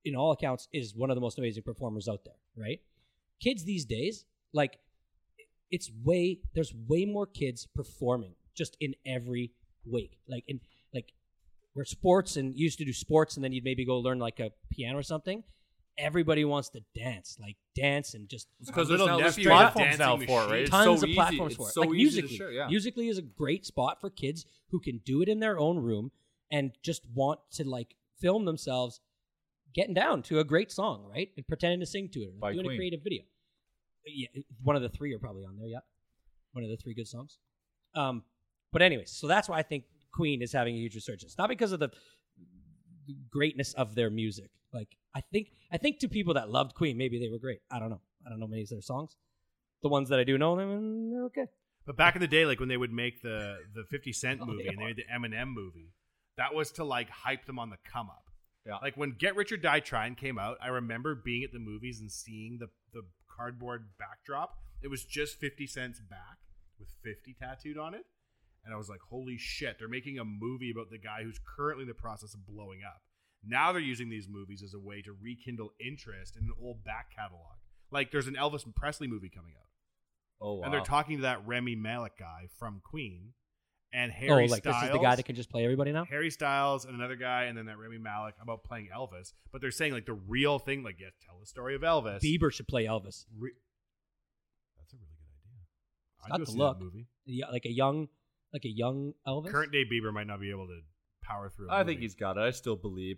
Speaker 7: in all accounts, is one of the most amazing performers out there. Right? Kids these days, like it's way there's way more kids performing just in every wake. Like in like where sports and you used to do sports and then you'd maybe go learn like a piano or something. Everybody wants to dance, like dance and just
Speaker 6: because there's now there's
Speaker 7: straight up
Speaker 6: platforms now for it. right? It's
Speaker 7: tons
Speaker 6: so
Speaker 7: of
Speaker 6: easy.
Speaker 7: platforms
Speaker 6: It's
Speaker 7: for it.
Speaker 6: So
Speaker 7: like
Speaker 6: easy
Speaker 7: musically,
Speaker 6: to share, yeah.
Speaker 7: musically is a great spot for kids who can do it in their own room and just want to like film themselves getting down to a great song, right, and pretending to sing to it, or
Speaker 6: By
Speaker 7: doing
Speaker 6: Queen.
Speaker 7: a creative video. Yeah, one of the three are probably on there. Yeah, one of the three good songs. Um, but anyways, so that's why I think Queen is having a huge resurgence, not because of the greatness of their music. Like I think I think to people that loved Queen, maybe they were great. I don't know. I don't know many of their songs. The ones that I do know, mm, they're okay.
Speaker 5: But back in the day, like when they would make the the Fifty Cent movie and they made the Eminem movie, that was to like hype them on the come up.
Speaker 6: Yeah.
Speaker 5: Like when Get Rich or Die Trying came out, I remember being at the movies and seeing the the cardboard backdrop. It was just Fifty Cent's back with Fifty tattooed on it, and I was like, "Holy shit! They're making a movie about the guy who's currently in the process of blowing up." Now they're using these movies as a way to rekindle interest in an old back catalog. Like there's an Elvis Presley movie coming out.
Speaker 6: Oh, wow.
Speaker 5: And they're talking to that Remy Malik guy from Queen and
Speaker 7: oh,
Speaker 5: Harry
Speaker 7: like
Speaker 5: Styles.
Speaker 7: this is the guy that can just play everybody now.
Speaker 5: Harry Styles and another guy, and then that Remy Malik about playing Elvis. But they're saying like the real thing, like yeah, tell the story of Elvis.
Speaker 7: Bieber should play Elvis.
Speaker 5: Re- That's a really good idea.
Speaker 7: He's
Speaker 5: I'd
Speaker 7: got
Speaker 5: go
Speaker 7: the
Speaker 5: see
Speaker 7: look.
Speaker 5: That movie.
Speaker 7: Yeah, like a young, like a young Elvis.
Speaker 5: Current day Bieber might not be able to power through. I
Speaker 6: I think he's got it. I still believe.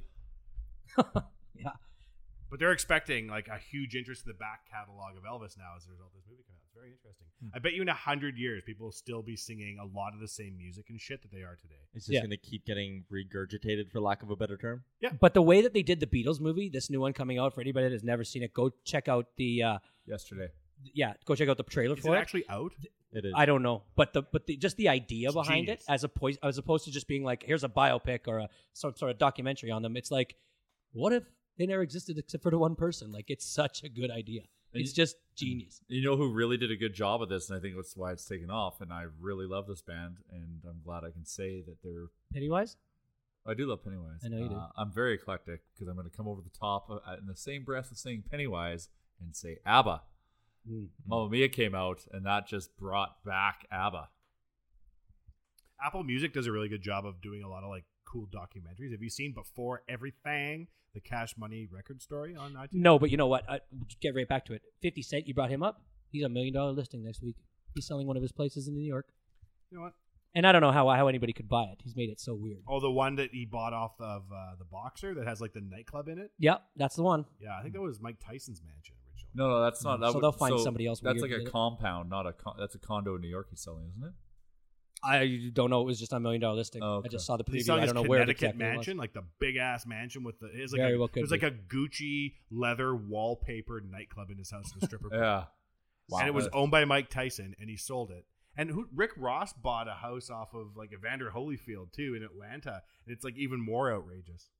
Speaker 7: yeah.
Speaker 5: but they're expecting like a huge interest in the back catalog of Elvis now as a result of this movie coming out. It's very interesting.
Speaker 7: Hmm.
Speaker 5: I bet you in a hundred years, people will still be singing a lot of the same music and shit that they are today.
Speaker 4: It's just going to keep getting regurgitated, for lack of a better term.
Speaker 7: But the way that they did the Beatles movie, this new one coming out for anybody that has never seen it, go check out the uh
Speaker 6: Yesterday.
Speaker 7: yeah, go check out the trailer
Speaker 5: Is
Speaker 7: for
Speaker 5: it
Speaker 7: it.
Speaker 5: actually out?
Speaker 4: It is.
Speaker 7: I don't know, but the but the, just the idea
Speaker 5: It's
Speaker 7: behind
Speaker 5: genius.
Speaker 7: it, as opposed as opposed to just being like, here's a biopic or a some sort of documentary on them. It's like, what if they never existed except for the one person? Like, it's such a good idea.
Speaker 6: And
Speaker 7: It's
Speaker 6: you-
Speaker 7: just genius.
Speaker 6: You know who really did a good job of this, and I think that's why it's taken off. And I really love this band, and I'm glad I can say that they're.
Speaker 7: Pennywise,
Speaker 6: I do love Pennywise.
Speaker 7: I know you do.
Speaker 6: Uh, I'm very eclectic because I'm going to come over the top of, in the same breath of saying Pennywise and say ABBA.
Speaker 7: Mm-hmm.
Speaker 6: Mamma Mia came out, and that just brought back ABBA.
Speaker 5: Apple Music does a really good job of doing a lot of like cool documentaries. Have you seen Before Everything, the Cash Money record story on iTunes?
Speaker 7: no, but you know what? I, get right back to it. Fifty Cent, you brought him up. He's a million dollar listing next week. He's selling one of his places in New York,
Speaker 5: You know what?
Speaker 7: and I don't know how how anybody could buy it. He's made it so weird.
Speaker 5: Oh, the one that he bought off of uh, the boxer that has like the nightclub in it.
Speaker 7: Yep, that's the one.
Speaker 5: Yeah, I think that was Mike Tyson's mansion originally.
Speaker 6: No, no, that's not. That
Speaker 7: Mm-hmm. So
Speaker 6: would-
Speaker 7: they'll find somebody else
Speaker 6: That's
Speaker 7: weird
Speaker 6: like
Speaker 7: to
Speaker 6: a
Speaker 7: do it.
Speaker 6: compound, not a. Con- that's a condo in New York. He's selling, isn't it?
Speaker 7: I don't know. It was just on million dollar listing.
Speaker 6: Oh, okay.
Speaker 7: I just saw the
Speaker 5: He's
Speaker 7: preview.
Speaker 5: selling
Speaker 7: I
Speaker 5: his
Speaker 7: don't know where
Speaker 5: Connecticut
Speaker 7: exactly it was.
Speaker 5: mansion, like the big ass mansion with the. It's like
Speaker 7: Very
Speaker 5: a,
Speaker 7: well could
Speaker 5: there's
Speaker 7: be.
Speaker 5: like a Gucci leather wallpaper nightclub in his house with a stripper. pole.
Speaker 6: Yeah.
Speaker 5: And it was
Speaker 6: Uh,
Speaker 5: owned by Mike Tyson, and he sold it. And who, Rick Ross bought a house off of like Evander Holyfield too in Atlanta, and it's like even more outrageous.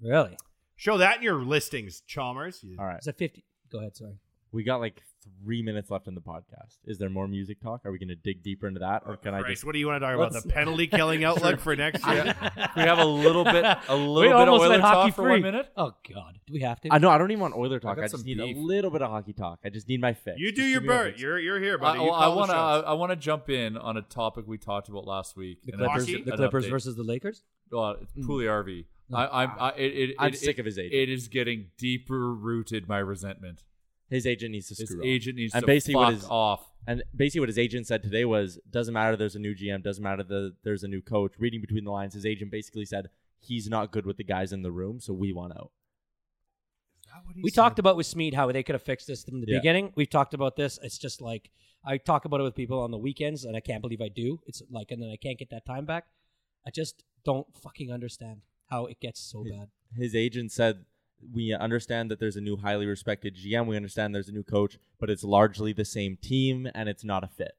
Speaker 7: Really?
Speaker 5: Show that in your listings, Chalmers. You-
Speaker 4: All right.
Speaker 7: It's a fifty. Go ahead. Sorry.
Speaker 4: We got like three minutes left in the podcast. Is there more music talk? Are we going to dig deeper into that, or can I
Speaker 5: Oh, Christ,
Speaker 4: just?
Speaker 5: what do you want to talk about?
Speaker 4: Let's-
Speaker 5: The penalty killing outlook for next year?
Speaker 6: we have a little bit, a little
Speaker 7: we
Speaker 6: bit of
Speaker 7: almost
Speaker 6: Oilers
Speaker 7: went hockey
Speaker 6: talk for one
Speaker 7: free.
Speaker 6: minute.
Speaker 7: Oh God, do we have to?
Speaker 4: I know I don't even want Oiler talk.
Speaker 6: got
Speaker 4: I, just
Speaker 6: some
Speaker 4: need
Speaker 6: beef.
Speaker 4: a little bit of hockey talk. I just need my fix.
Speaker 5: You do
Speaker 4: Just
Speaker 5: your
Speaker 4: give me my
Speaker 5: bird.
Speaker 4: fix.
Speaker 5: You're you're here,
Speaker 6: I,
Speaker 5: buddy. You call the
Speaker 6: want to. I,
Speaker 5: shots.
Speaker 6: want to jump in on a topic we talked about last week.
Speaker 7: The
Speaker 6: and an
Speaker 7: Clippers,
Speaker 5: Hockey?
Speaker 6: update-
Speaker 7: the
Speaker 6: an
Speaker 7: Clippers
Speaker 6: update.
Speaker 7: versus the Lakers.
Speaker 6: Well, it's
Speaker 4: Mm.
Speaker 6: Pooley RV. I, I'm. I, it, it,
Speaker 4: I'm
Speaker 6: it-
Speaker 4: sick
Speaker 6: it-
Speaker 4: of his agent.
Speaker 6: It is getting deeper rooted. My resentment.
Speaker 4: His agent needs to
Speaker 6: His
Speaker 4: screw off.
Speaker 6: agent needs
Speaker 4: and
Speaker 6: to
Speaker 4: basically what
Speaker 6: fuck
Speaker 4: his-
Speaker 6: off.
Speaker 4: And basically what his agent said today was, doesn't matter. There's a new GM. Doesn't matter. The, there's a new coach. Reading between the lines, his agent basically said he's not good with the guys in the room, so we want out.
Speaker 5: what he
Speaker 7: we
Speaker 5: said.
Speaker 7: talked about with Smead how they could have fixed this from the
Speaker 6: Yeah.
Speaker 7: beginning. We've talked about this. It's just like I talk about it with people on the weekends, and I can't believe I do. It's like, and then I can't get that time back. I just don't fucking understand how it gets so bad.
Speaker 4: his agent said we understand that there's a new highly respected GM. We understand there's a new coach, but it's largely the same team and it's not a fit.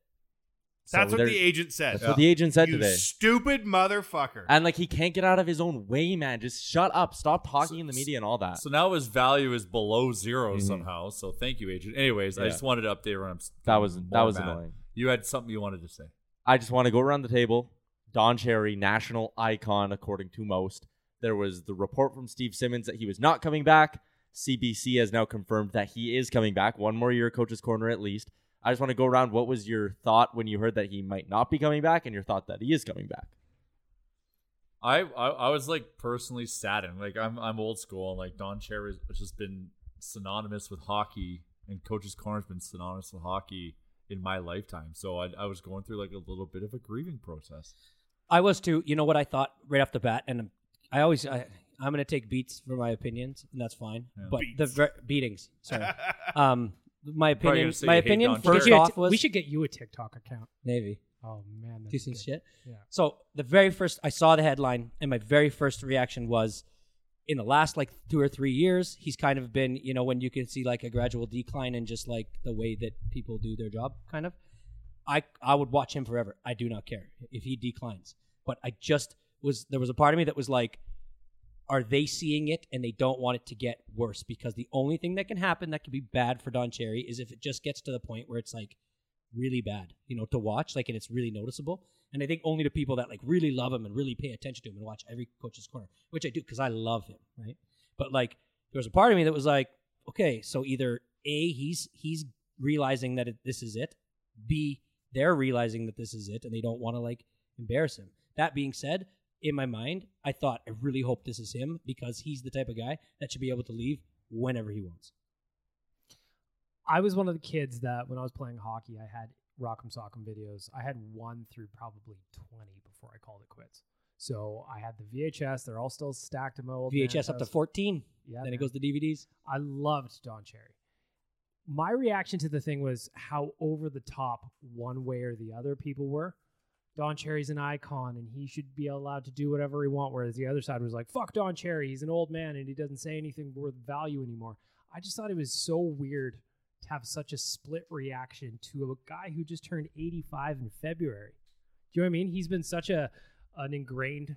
Speaker 4: So
Speaker 5: That's what
Speaker 4: there-
Speaker 5: the agent said.
Speaker 4: That's what the agent said
Speaker 5: You
Speaker 4: today.
Speaker 5: Stupid motherfucker.
Speaker 4: And like he can't get out of his own way, man. Just shut up. Stop talking in the media and all that. Mm-hmm.
Speaker 6: So now his value is below 0 somehow. So thank you, agent. Anyways, I
Speaker 4: Yeah.
Speaker 6: just wanted to update where I'm. s-
Speaker 4: That was- that
Speaker 6: more
Speaker 4: was
Speaker 6: mad.
Speaker 4: annoying.
Speaker 6: You had something you wanted to say.
Speaker 4: I just want to go around the table. Don Cherry, national icon, according to most. There was the report from Steve Simmons that he was not coming back. CBC has now confirmed that he is coming back. One more year, coach's corner at least. I just want to go around. What was your thought when you heard that he might not be coming back, and your thought that he is coming back?
Speaker 6: I, I I was like personally saddened. Like I'm I'm old school and like Don Cherry has just been synonymous with hockey and Coach's Corner's been synonymous with hockey in my lifetime. So I I was going through like a little bit of a grieving process.
Speaker 7: I was too. You know what I thought right off the bat, and I always I, I'm going to take beats for my opinions, and that's fine.
Speaker 6: Yeah.
Speaker 7: But the ver- beatings, sorry. um, my
Speaker 6: Probably
Speaker 7: opinion.
Speaker 6: gonna say
Speaker 7: My
Speaker 6: you hate
Speaker 7: opinion
Speaker 6: Don
Speaker 7: first
Speaker 8: We should-
Speaker 7: off was
Speaker 8: we should get you a TikTok account.
Speaker 7: maybe.
Speaker 8: Oh man, that'd be
Speaker 7: decent
Speaker 8: good.
Speaker 7: shit.
Speaker 8: Yeah.
Speaker 7: So the very first I saw the headline, and my very first reaction was, in the last like two or three years, he's kind of been, you know, when you can see like a gradual decline in just like the way that people do their job, kind of. I I would watch him forever. I do not care if he declines. But I just was there was a part of me that was like, are they seeing it and they don't want it to get worse? Because the only thing that can happen that could be bad for Don Cherry is if it just gets to the point where it's like really bad, you know, to watch, like, and it's really noticeable. And I think only to people that like really love him and really pay attention to him and watch every coach's corner, which I do because I love him, right? But like, there was a part of me that was like, okay, so either a he's he's realizing that it, this is it, b they're realizing that this is it, and they don't want to like embarrass him. That being said, in my mind, I thought I really hope this is him because he's the type of guy that should be able to leave whenever he wants.
Speaker 8: I was one of the kids that when I was playing hockey, I had Rock'em Sock'em videos. I had one through probably 20 before I called it quits. So I had the VHS. They're all still stacked in my old man's
Speaker 7: VHS up to
Speaker 8: house.
Speaker 7: 14.
Speaker 8: Yeah,
Speaker 7: then
Speaker 8: man.
Speaker 7: it goes to DVDs.
Speaker 8: I loved Don Cherry. My reaction to the thing was how over the top one way or the other people were. Don Cherry's an icon and he should be allowed to do whatever he wants, whereas the other side was like, fuck Don Cherry, he's an old man and he doesn't say anything worth value anymore. I just thought it was so weird to have such a split reaction to a guy who just turned 85 in February. Do you know what I mean? He's been such a an ingrained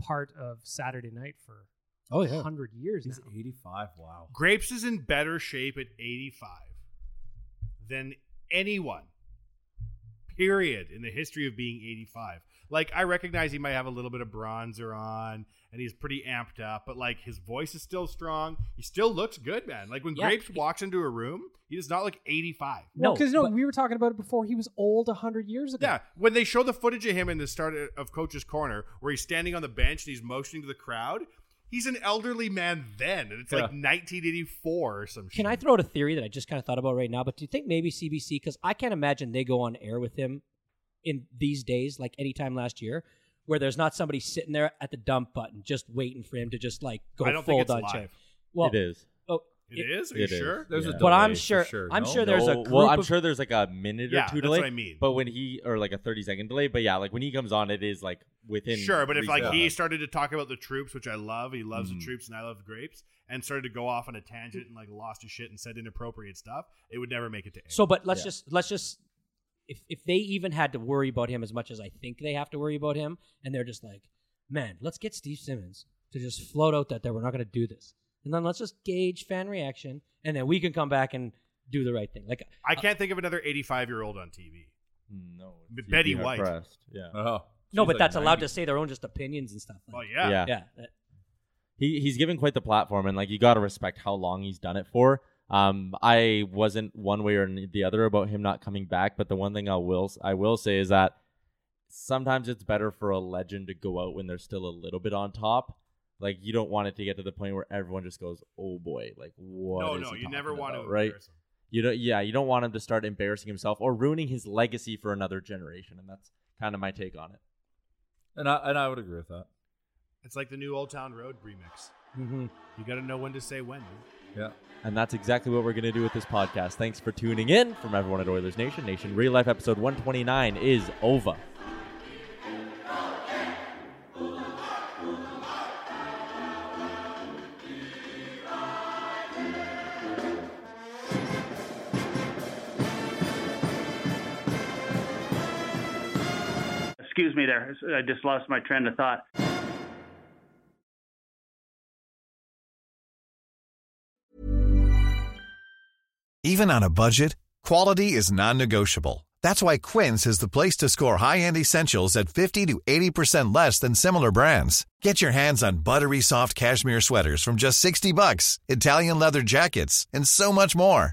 Speaker 8: part of Saturday night for
Speaker 7: Oh, yeah.
Speaker 8: 100 years
Speaker 6: He's
Speaker 8: now.
Speaker 6: 85. Wow.
Speaker 5: Grapes is in better shape at 85 than anyone, period, in the history of being 85. Like, I recognize he might have a little bit of bronzer on and he's pretty amped up, but like his voice is still strong. He still looks good, man. Like, when
Speaker 7: Yeah.
Speaker 5: Grapes walks into a room, he does not look 85.
Speaker 8: No,
Speaker 7: No,
Speaker 8: because no,
Speaker 7: but-
Speaker 8: we were talking about it before. He was old hundred years ago.
Speaker 5: Yeah, when they show the footage of him in the start of Coach's Corner, where he's standing on the bench and he's motioning to the crowd, he's an elderly man then, and it's like
Speaker 6: Yeah.
Speaker 5: 1984 or some shit.
Speaker 7: Can I throw out a theory that I just kind of thought about right now? But do you think maybe CBC? Because I can't imagine they go on air with him in these days, like any time last year, where there's not somebody sitting there at the dump button just waiting for him to just like go
Speaker 5: I don't
Speaker 7: full
Speaker 5: think it's
Speaker 7: Don
Speaker 5: live.
Speaker 7: Cherry. Well,
Speaker 4: it is.
Speaker 7: Oh,
Speaker 5: It is. Are
Speaker 4: It
Speaker 5: you
Speaker 4: is.
Speaker 5: sure?
Speaker 6: There's
Speaker 4: Yeah.
Speaker 6: a
Speaker 7: But I'm
Speaker 6: delay for
Speaker 7: sure- I'm sure there's a
Speaker 4: No, well,
Speaker 7: group
Speaker 4: I'm
Speaker 7: of-
Speaker 4: sure there's like a minute
Speaker 5: Yeah,
Speaker 4: or two
Speaker 5: that's
Speaker 4: delay.
Speaker 5: what I mean.
Speaker 4: But when he or like a 30 second delay. But yeah, like when he comes on, it is like within.
Speaker 5: sure, but if like
Speaker 4: reason.
Speaker 5: he started to talk about the troops, which I love, he loves
Speaker 7: Mm-hmm.
Speaker 4: Mhm.
Speaker 5: the troops, and I love grapes, and started to go off on a tangent and like lost his shit and said inappropriate stuff, it would never make it to air.
Speaker 7: So, but let's
Speaker 4: Yeah.
Speaker 7: just let's just if if they even had to worry about him as much as I think they have to worry about him, and they're just like, man, let's get Steve Simmons to just float out that there we're not going to do this, and then let's just gauge fan reaction, and then we can come back and do the right thing. Like
Speaker 5: I can't think of another 85 year old on TV.
Speaker 4: No,
Speaker 5: B-
Speaker 4: you'd
Speaker 5: Betty
Speaker 4: be
Speaker 5: White.
Speaker 4: impressed. Yeah.
Speaker 6: Oh,
Speaker 7: no,
Speaker 6: she's,
Speaker 7: but
Speaker 6: like,
Speaker 7: that's allowed
Speaker 6: 90.
Speaker 7: to say their own just opinions and stuff.
Speaker 5: Well,
Speaker 7: Like,
Speaker 5: yeah.
Speaker 4: Yeah.
Speaker 7: yeah, that-
Speaker 4: he he's given quite the platform and like you got to respect how long he's done it for um i wasn't one way or the other about him not coming back but the one thing i will i will say is that sometimes it's better for a legend to go out when they're still a little bit on top like you don't want it to get to the point where everyone just goes oh boy like what
Speaker 5: no,
Speaker 4: is
Speaker 5: no,
Speaker 4: he
Speaker 5: you never
Speaker 4: talking
Speaker 5: want
Speaker 4: about,
Speaker 5: to
Speaker 4: right
Speaker 5: embarrass him.
Speaker 4: you don't yeah you don't want him to start embarrassing himself or ruining his legacy for another generation and that's kind of my take on it
Speaker 6: And I and I would agree with that. Mm-hmm.
Speaker 5: It's like the new Old Town Road remix.
Speaker 7: mhm.
Speaker 5: You got to know when to say when. dude.
Speaker 6: Yeah.
Speaker 4: And that's exactly what we're going to do with this podcast. Thanks for tuning in from everyone at Oilers Nation. Nation Real Life episode 129 is over.
Speaker 3: Excuse me there. I just lost my train of thought.
Speaker 10: Even on a budget, quality is non-negotiable. That's why Quince is the place to score high-end essentials at 50 to 80% less than similar brands. Get your hands on buttery soft cashmere sweaters from just 60 bucks, Italian leather jackets, and so much more.